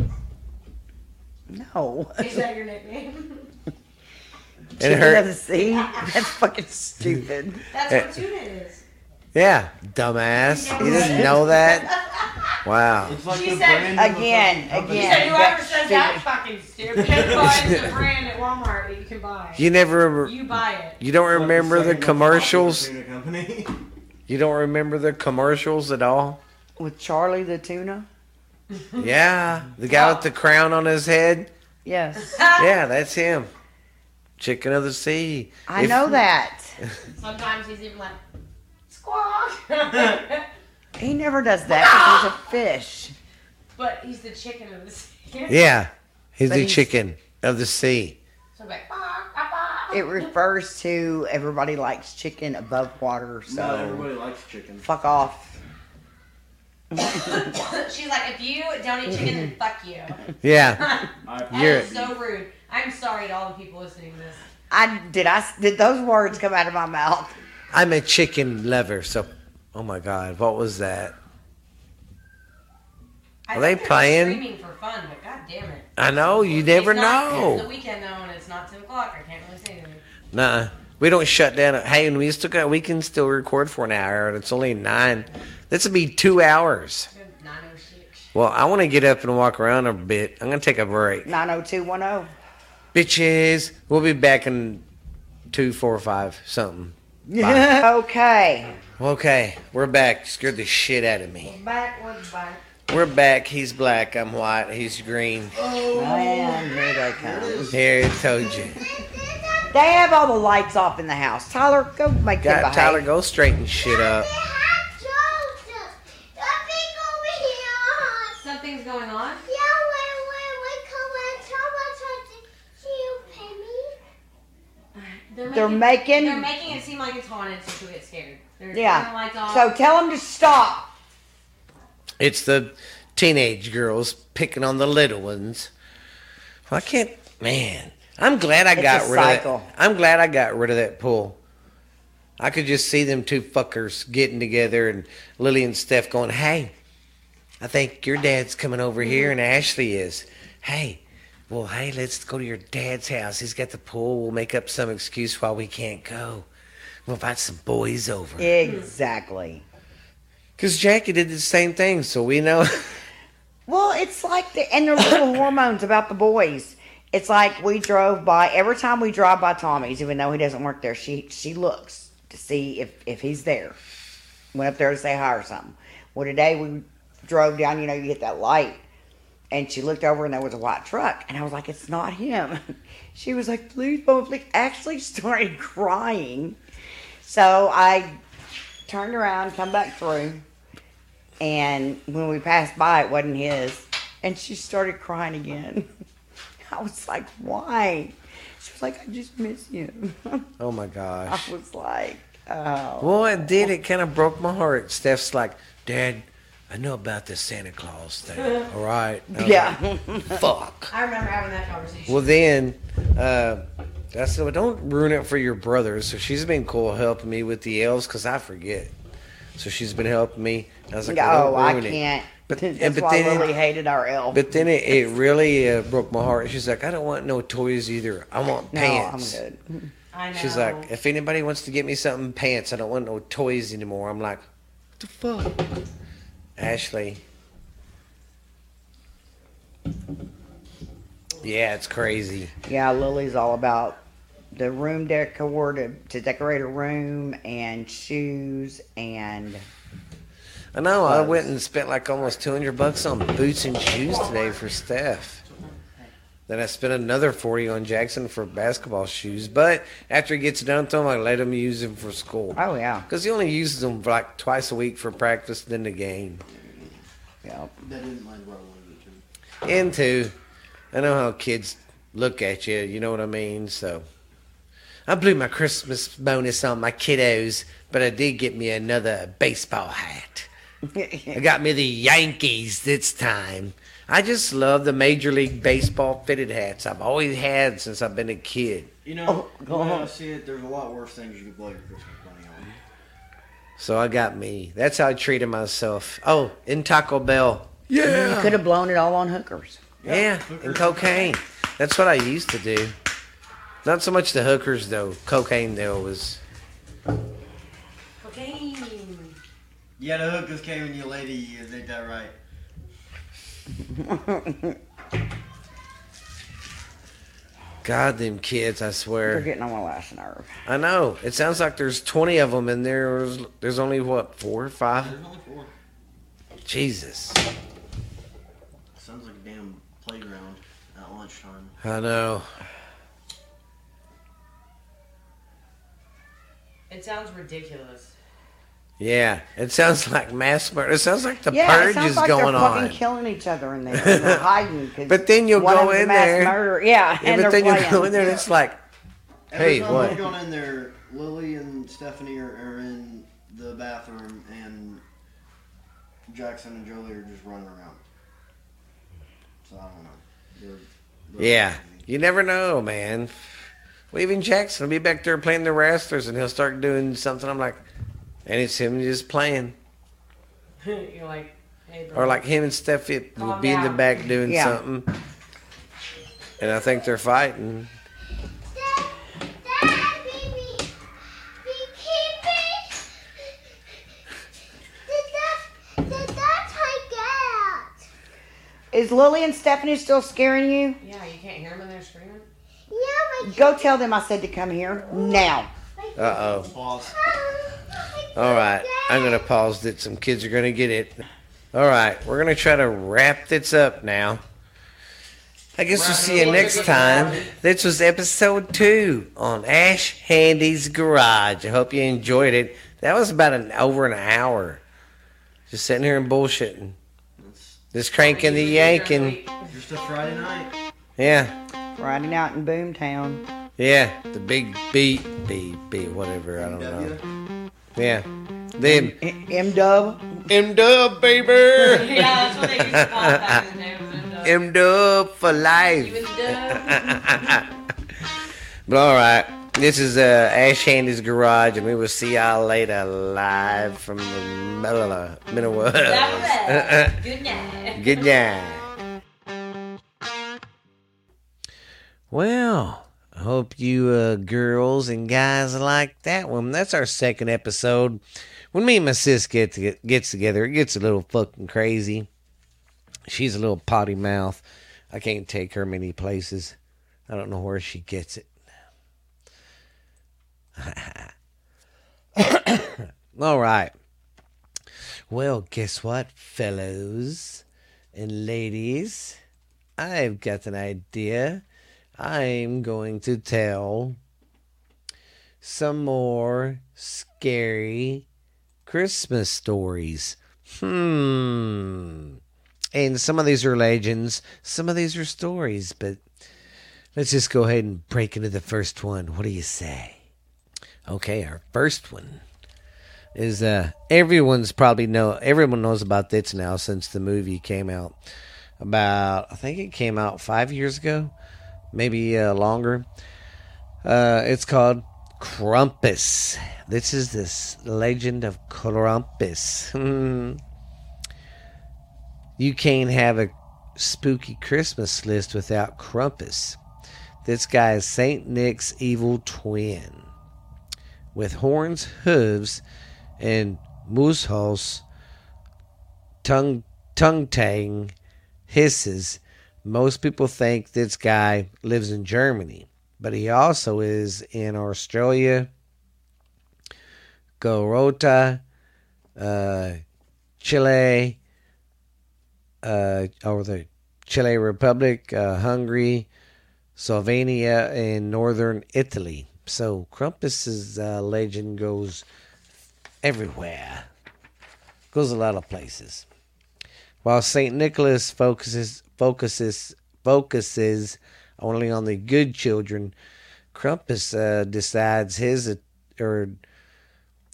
[SPEAKER 4] No.
[SPEAKER 3] Is that your nickname?
[SPEAKER 1] And
[SPEAKER 4] Chicken of
[SPEAKER 1] her,
[SPEAKER 4] the sea? That's fucking stupid.
[SPEAKER 3] That's
[SPEAKER 1] Eh.
[SPEAKER 3] what tuna is.
[SPEAKER 1] yeah, dumbass. You didn't know that? Wow.
[SPEAKER 5] It's like
[SPEAKER 3] She
[SPEAKER 5] the
[SPEAKER 3] said-
[SPEAKER 5] brand of a
[SPEAKER 4] Again,
[SPEAKER 5] fucking company.
[SPEAKER 3] You
[SPEAKER 4] again.
[SPEAKER 3] said
[SPEAKER 4] Yeah,
[SPEAKER 3] whoever
[SPEAKER 4] that's
[SPEAKER 3] says that fucking stupid buys the brand at Walmart that you can buy.
[SPEAKER 1] You never,
[SPEAKER 3] You buy it.
[SPEAKER 1] you don't
[SPEAKER 5] It's like
[SPEAKER 1] remember the
[SPEAKER 5] second
[SPEAKER 1] commercials?
[SPEAKER 5] tuna company.
[SPEAKER 1] You don't remember the commercials at all?
[SPEAKER 4] With Charlie the tuna?
[SPEAKER 1] Yeah, the guy with the crown on his head.
[SPEAKER 4] Yes.
[SPEAKER 1] Yeah, that's him. Chicken of the sea.
[SPEAKER 4] I
[SPEAKER 1] If-
[SPEAKER 4] know that.
[SPEAKER 3] Sometimes he's even like, squawk.
[SPEAKER 4] He never does that because he's a fish.
[SPEAKER 3] but he's the chicken of the sea.
[SPEAKER 1] Yeah, he's
[SPEAKER 4] But
[SPEAKER 1] the
[SPEAKER 4] he's-
[SPEAKER 1] chicken of the sea.
[SPEAKER 3] So I'm like, "Quack, quack, quack."
[SPEAKER 4] It refers to everybody likes chicken above water, so
[SPEAKER 5] No, everybody likes chicken.
[SPEAKER 4] fuck off.
[SPEAKER 3] She's like, if you don't eat chicken, then fuck you.
[SPEAKER 1] Yeah,
[SPEAKER 5] I,
[SPEAKER 3] That
[SPEAKER 1] You're-
[SPEAKER 3] is so rude. I'm sorry to all the people listening to this.
[SPEAKER 4] I did I did those words come out of my mouth?
[SPEAKER 1] I'm a chicken lover. So, oh my God, what was that?
[SPEAKER 3] I
[SPEAKER 1] Are they
[SPEAKER 3] think they're just
[SPEAKER 1] playing?
[SPEAKER 3] Screaming for fun, but god damn it.
[SPEAKER 1] I know you never
[SPEAKER 3] It's not- It's the
[SPEAKER 1] know.
[SPEAKER 3] weekend though, and it's not ten o'clock. I can't really say anything.
[SPEAKER 1] Nah, we don't shut down. Hey, and we still got. We can still record for an hour, and it's only nine. This would be two hours.
[SPEAKER 3] Good Nine oh six.
[SPEAKER 1] Well, I want to get up and walk around a bit. I'm gonna take a break.
[SPEAKER 4] Nine oh two one oh.
[SPEAKER 1] Bitches, we'll be back in two, four, five, something.
[SPEAKER 4] Okay.
[SPEAKER 1] Okay, we're back. Scared the shit out of me.
[SPEAKER 3] Back was back.
[SPEAKER 1] We're back. He's black. I'm white. He's green.
[SPEAKER 4] Oh, Man, here they come.
[SPEAKER 1] Here, I told you.
[SPEAKER 4] They have all the lights off in the house. Tyler, go make them
[SPEAKER 1] God,
[SPEAKER 4] behave.
[SPEAKER 1] Tyler, go straighten shit up.
[SPEAKER 3] Something's going on.
[SPEAKER 9] They're
[SPEAKER 3] They're
[SPEAKER 4] They're making-
[SPEAKER 3] They're making it seem like it's haunted, so she'll get scared. They're "Oh, turning the
[SPEAKER 4] Yeah.
[SPEAKER 3] lights off.
[SPEAKER 4] So tell them to stop.
[SPEAKER 1] It's the teenage girls picking on the little ones. I can't, man. I'm glad I
[SPEAKER 4] It's
[SPEAKER 1] got
[SPEAKER 4] a
[SPEAKER 1] rid of
[SPEAKER 4] cycle.
[SPEAKER 1] that. I'm glad I got rid of that pool. I could just see them two fuckers getting together and Lily and Steph going, hey, I think your dad's coming over
[SPEAKER 4] Mm-hmm.
[SPEAKER 1] here and Ashley is. Hey, well, hey, let's go to your dad's house. He's got the pool. We'll make up some excuse why we can't go. We'll invite some boys over.
[SPEAKER 4] Exactly.
[SPEAKER 1] Because Jackie did the same thing, so we know.
[SPEAKER 4] Well, it's like the and their little hormones about the boys. It's like we drove by every time we drive by Tommy's, even though he doesn't work there. She she looks to see if if he's there. Went up there to say hi or something. Well, today we drove down. You know, you get that light, and she looked over and there was a white truck, and I was like, "It's not him." She was like, "Please, mama, please." Actually, started crying. So I turned around, come back through. And when we passed by, it wasn't his. And she started crying again. I was like, why? She was like, I just miss you.
[SPEAKER 1] oh my gosh.
[SPEAKER 4] I was like, oh.
[SPEAKER 1] Well, it did. It kind of broke my heart. Steph's like, Dad, I know about this Santa Claus thing. All right. I was
[SPEAKER 4] Yeah.
[SPEAKER 1] like, Fuck.
[SPEAKER 3] I remember having that conversation.
[SPEAKER 1] Well, then, uh, I said, well, don't ruin it for your brother. So she's been cool helping me with the elves because I forget. So she's been helping me. I was like, well,
[SPEAKER 4] Oh,
[SPEAKER 1] don't
[SPEAKER 4] I
[SPEAKER 1] ruin it."
[SPEAKER 4] can't.
[SPEAKER 1] But-
[SPEAKER 4] That's
[SPEAKER 1] but
[SPEAKER 4] why
[SPEAKER 1] then-
[SPEAKER 4] I really hated our elf.
[SPEAKER 1] But then it, it really uh, broke my heart. She's like, I don't want no toys either. I want
[SPEAKER 4] no,
[SPEAKER 1] pants.
[SPEAKER 4] I'm good.
[SPEAKER 3] I know.
[SPEAKER 1] She's like, "Eh." if anybody wants to get me something pants, I don't want no toys anymore. I'm like, what the fuck? Ashley. Yeah, it's crazy.
[SPEAKER 4] Yeah, Lily's all about the room decor to, to decorate a room and shoes and
[SPEAKER 1] I know. I went and spent like almost 200 bucks on boots and shoes today for Steph. Then I spent another 40 on Jackson for basketball shoes. But after he gets done with them, I let him use them for school.
[SPEAKER 4] oh yeah,
[SPEAKER 1] Because he only uses them like twice a week for practice, then the game.
[SPEAKER 4] yeah.
[SPEAKER 5] That didn't mind where I wanted it to.
[SPEAKER 1] into I know how kids look at you, you know what I mean? So I blew my Christmas bonus on my kiddos, but I did get me another baseball hat. I got me the Yankees this time. I just love the Major League Baseball fitted hats. I've always had since I've been a kid.
[SPEAKER 5] You know,
[SPEAKER 4] Oh, go
[SPEAKER 5] when I
[SPEAKER 4] on.
[SPEAKER 5] see it, there's a lot worse things you can blow your Christmas money on.
[SPEAKER 1] So I got me. That's how I treated myself. Oh, and Taco Bell.
[SPEAKER 4] You could have blown it all on hookers.
[SPEAKER 1] Yeah, and cocaine. That's what I used to do. Not so much the hookers though. Cocaine though was
[SPEAKER 3] cocaine.
[SPEAKER 5] Yeah, the hookers came in your lady years, ain't that right?
[SPEAKER 1] God, them kids! I
[SPEAKER 4] They're
[SPEAKER 1] swear.
[SPEAKER 4] getting on my last nerve.
[SPEAKER 1] I know. It sounds like there's 20 of them, and there's there's only what four or five.
[SPEAKER 5] There's only four.
[SPEAKER 1] Jesus,
[SPEAKER 5] Sounds like a damn playground at lunchtime.
[SPEAKER 1] I know.
[SPEAKER 3] It sounds ridiculous.
[SPEAKER 1] Yeah, it sounds like mass murder. It sounds like the
[SPEAKER 4] yeah, it
[SPEAKER 1] purge
[SPEAKER 4] sounds
[SPEAKER 1] is
[SPEAKER 4] like
[SPEAKER 1] going
[SPEAKER 4] they're
[SPEAKER 1] on.
[SPEAKER 4] fucking killing each other in there. and They're hiding. 'cause
[SPEAKER 1] But then you'll
[SPEAKER 4] one
[SPEAKER 1] go
[SPEAKER 4] of them's a
[SPEAKER 1] in
[SPEAKER 4] mass
[SPEAKER 1] there.
[SPEAKER 4] Murderer. Yeah,
[SPEAKER 1] yeah, but
[SPEAKER 4] and they're
[SPEAKER 1] then you
[SPEAKER 4] playing.
[SPEAKER 1] go in there, and it's like,
[SPEAKER 5] Every
[SPEAKER 1] Hey,
[SPEAKER 5] time
[SPEAKER 1] what?
[SPEAKER 5] I've gone in there, Lily and Stephanie are, are in the bathroom, and Jackson and Jolie are just running around. So I don't know. They're- they're-
[SPEAKER 1] yeah, you never know, man. Well, even Jackson will be back there playing the wrestlers, and he'll start doing something. I'm like, and it's him just playing,
[SPEAKER 3] You're like, hey, bro.
[SPEAKER 1] or like him and Steph it will
[SPEAKER 3] Calm
[SPEAKER 1] be in the
[SPEAKER 3] down.
[SPEAKER 1] back doing
[SPEAKER 4] Oh, Yeah.
[SPEAKER 1] something. And I think they're fighting.
[SPEAKER 9] Dad, Dad, baby, be keeping. Did that, did that take out?
[SPEAKER 4] Is Lily and Stephanie still scaring you?
[SPEAKER 3] yeah, you can't hear them when they're screaming.
[SPEAKER 9] Yeah, my
[SPEAKER 4] Go tell them I said to come here now.
[SPEAKER 1] Uh oh.
[SPEAKER 5] Boss.
[SPEAKER 1] All right, I'm gonna pause it. Some kids are gonna get it. All right, we're gonna try to wrap this up now. I guess we'll see you next time. This was episode two on Ash Handy's Garage. I hope you enjoyed it. That was about an over an hour, just sitting here and bullshitting,
[SPEAKER 5] It's
[SPEAKER 1] just cranking the yanking.
[SPEAKER 5] just a Friday night.
[SPEAKER 1] Yeah,
[SPEAKER 4] Riding out in Boomtown.
[SPEAKER 1] Yeah, the big beat, B, B, whatever. I don't know.
[SPEAKER 5] W?
[SPEAKER 1] Yeah. Then
[SPEAKER 4] M Dub.
[SPEAKER 1] M Dub, baby.
[SPEAKER 3] yeah, that's what they used to call it back in the day. Was in the,
[SPEAKER 1] M Dub for
[SPEAKER 3] you in
[SPEAKER 1] life.
[SPEAKER 3] the dub?
[SPEAKER 1] But all right, this is uh, Ash Handy's garage, and we will see y'all later, live from the middle of
[SPEAKER 3] That
[SPEAKER 1] Middle
[SPEAKER 3] was it. Good night.
[SPEAKER 1] Good night. Well, I hope you uh, girls and guys like that one. That's our second episode. When me and my sis get to, gets together, it gets a little fucking crazy. She's a little potty mouth. I can't take her many places. I don't know where she gets it. All right. Well, guess what, fellows and ladies? I've got an idea. I'm going to tell some more scary Christmas stories. Hmm. And some of these are legends, some of these are stories, but let's just go ahead and break into the first one. What do you say? Okay, our first one is uh everyone's probably know everyone knows about this now since the movie came out about I think it came out five years ago, maybe uh, longer. Uh, it's called Krampus. This is this legend of Krampus. Hmm. you can't have a spooky Christmas list without Krampus. This guy is Saint Nick's evil twin, with horns, hooves, and moose holes, tongue tongue tang hisses. Most people think this guy lives in Germany, but he also is in Australia, Gorota, uh, Chile, uh, or the Chile Republic, uh, Hungary, Slovenia, and northern Italy. So Krampus's uh, legend goes everywhere, goes a lot of places while Saint Nicholas focuses focuses focuses only on the good children, Krampus uh, decides his or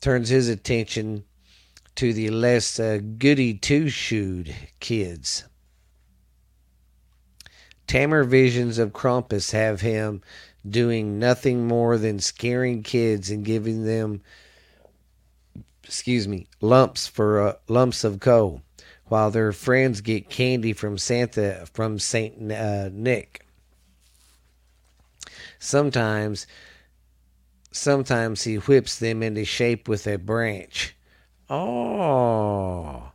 [SPEAKER 1] turns his attention to the less uh, goody two shoed kids. Tamer visions of Krampus have him doing nothing more than scaring kids and giving them, excuse me, lumps for uh, lumps of coal while their friends get candy from Santa from Saint uh, Nick. Sometimes, sometimes he whips them into shape with a branch. Oh,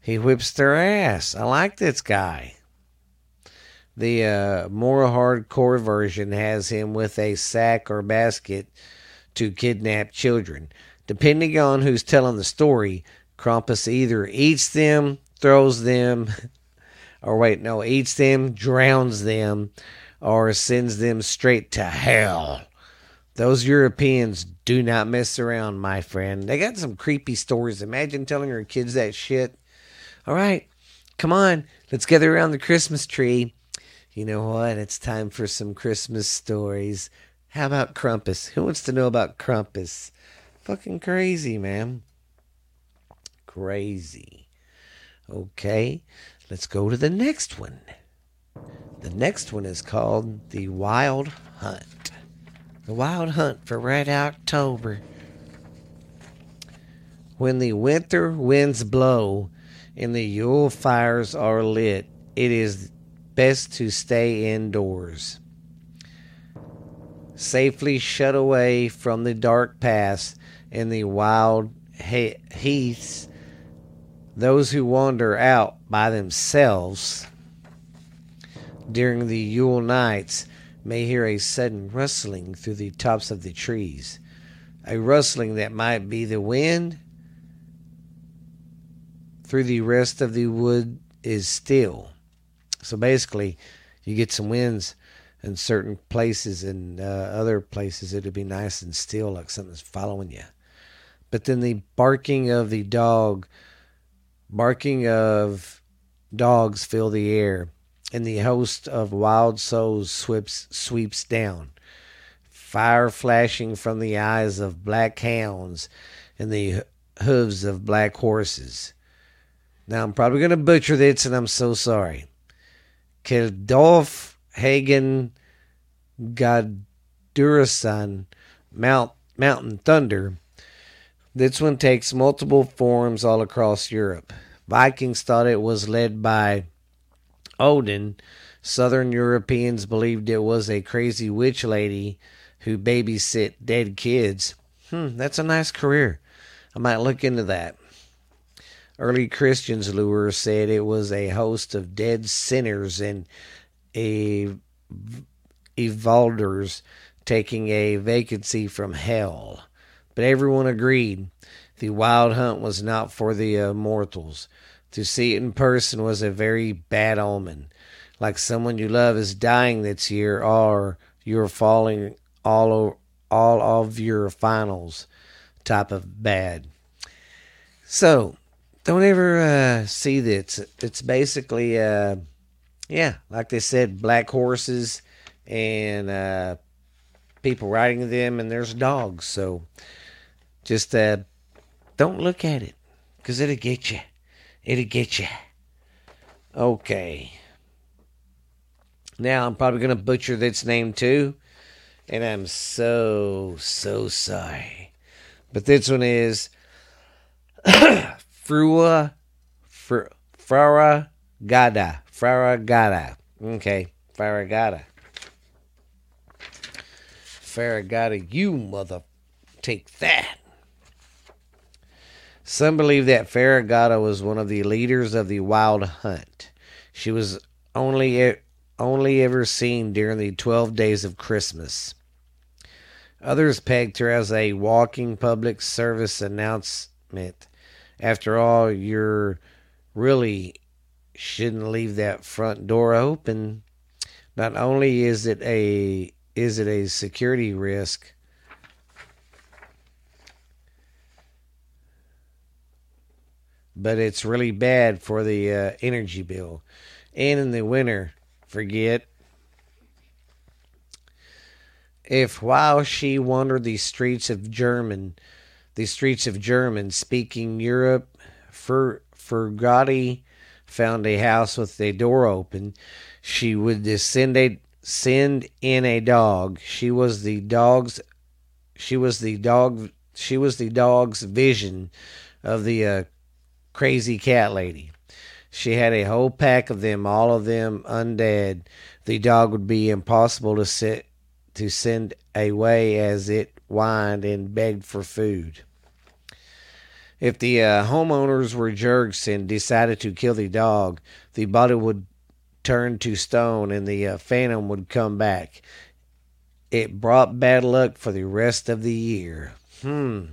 [SPEAKER 1] he whips their ass. I like this guy. The uh, more hardcore version has him with a sack or basket to kidnap children. Depending on who's telling the story, Krampus either eats them, throws them, or wait, no, eats them, drowns them, or sends them straight to hell. Those Europeans do not mess around, my friend. They got some creepy stories. Imagine telling your kids that shit. All right, come on, let's gather around the Christmas tree. You know what? It's time for some Christmas stories. How about Krampus? Who wants to know about Krampus? Fucking crazy, man crazy. Okay, let's go to the next one. The next one is called The Wild Hunt. The Wild Hunt for Red October. When the winter winds blow and the Yule fires are lit, it is best to stay indoors. Safely shut away from the dark paths and the wild he- heaths those who wander out by themselves during the Yule nights may hear a sudden rustling through the tops of the trees, a rustling that might be the wind. Through the rest of the wood is still. So basically, you get some winds in certain places, and uh, other places it'd be nice and still, like something's following you. But then the barking of the dog barking of dogs fill the air, and the host of wild souls sweeps sweeps down. fire flashing from the eyes of black hounds and the hooves of black horses. Now, I'm probably going to butcher this, and I'm so sorry. Keldolf Hagen Gadurasan Mount, Mountain Thunder. This one takes multiple forms all across Europe. Vikings thought it was led by Odin. Southern Europeans believed it was a crazy witch lady who babysit dead kids. Hmm, that's a nice career. I might look into that. Early Christians, lure said it was a host of dead sinners and ev- evolders taking a vacancy from hell. But everyone agreed the wild hunt was not for the uh, immortals. To see it in person was a very bad omen, like someone you love is dying this year, or you're falling all o- all of your finals, type of bad. So, don't ever uh, see this. It's basically, uh, yeah, like they said, black horses and uh, people riding them, and there's dogs. So, just uh, don't look at it, cause it'll get you. It'll get you. Okay. Now I'm probably gonna butcher this name too, and I'm so so sorry. But this one is Frua Fr- Faragada. Faragada. Okay, Faragada. Faragada, you mother. Take that. Some believe that Farragata was one of the leaders of the Wild Hunt. She was only e, only ever seen during the 12 days of Christmas. Others pegged her as a walking public service announcement. After all, you're really shouldn't leave that front door open. Not only is it a is it a security risk, but it's really bad for the uh, energy bill. And in the winter, forget. If while she wandered the streets of German, the streets of German speaking Europe, Fer- Fergati found a house with a door open, she would descend a, send in a dog. She was the dog's she was the dog she was the dog's vision of the uh, crazy cat lady. She had a whole pack of them, all of them undead. The dog would be impossible to sit to send away as it whined and begged for food. If the uh, homeowners were jerks and decided to kill the dog, the body would turn to stone and the uh, phantom would come back. It brought bad luck for the rest of the year. Hmm.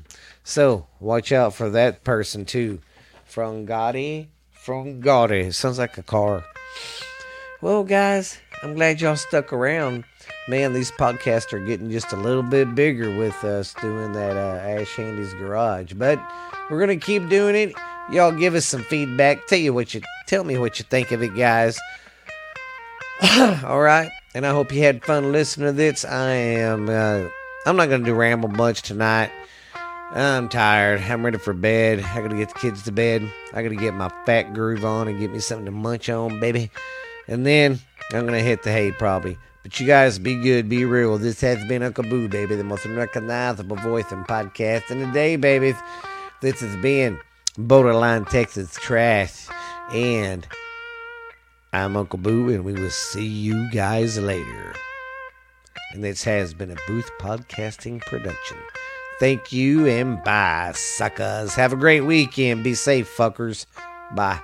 [SPEAKER 1] So watch out for that person too. Frangati. Frangati. It sounds like a car. Well, guys, I'm glad y'all stuck around. Man, these podcasts are getting just a little bit bigger with us doing that uh, Ash Handy's Garage, but we're gonna keep doing it. Y'all give us some feedback. Tell you what you tell me what you think of it, guys. All right, and I hope you had fun listening to this. I am. Uh, I'm not gonna do ramble much tonight. I'm tired. I'm ready for bed. I gotta get the kids to bed. I gotta get my fat groove on and get me something to munch on, baby. And then I'm gonna hit the hay probably. But you guys be good, be real. This has been Uncle Boo, baby, the most recognizable voice and podcast in the day, babies. This has been Borderline Texas Trash. And I'm Uncle Boo, and we will see you guys later. And this has been a Booth Podcasting production. Thank you and bye, suckers. Have a great weekend. Be safe, fuckers. Bye.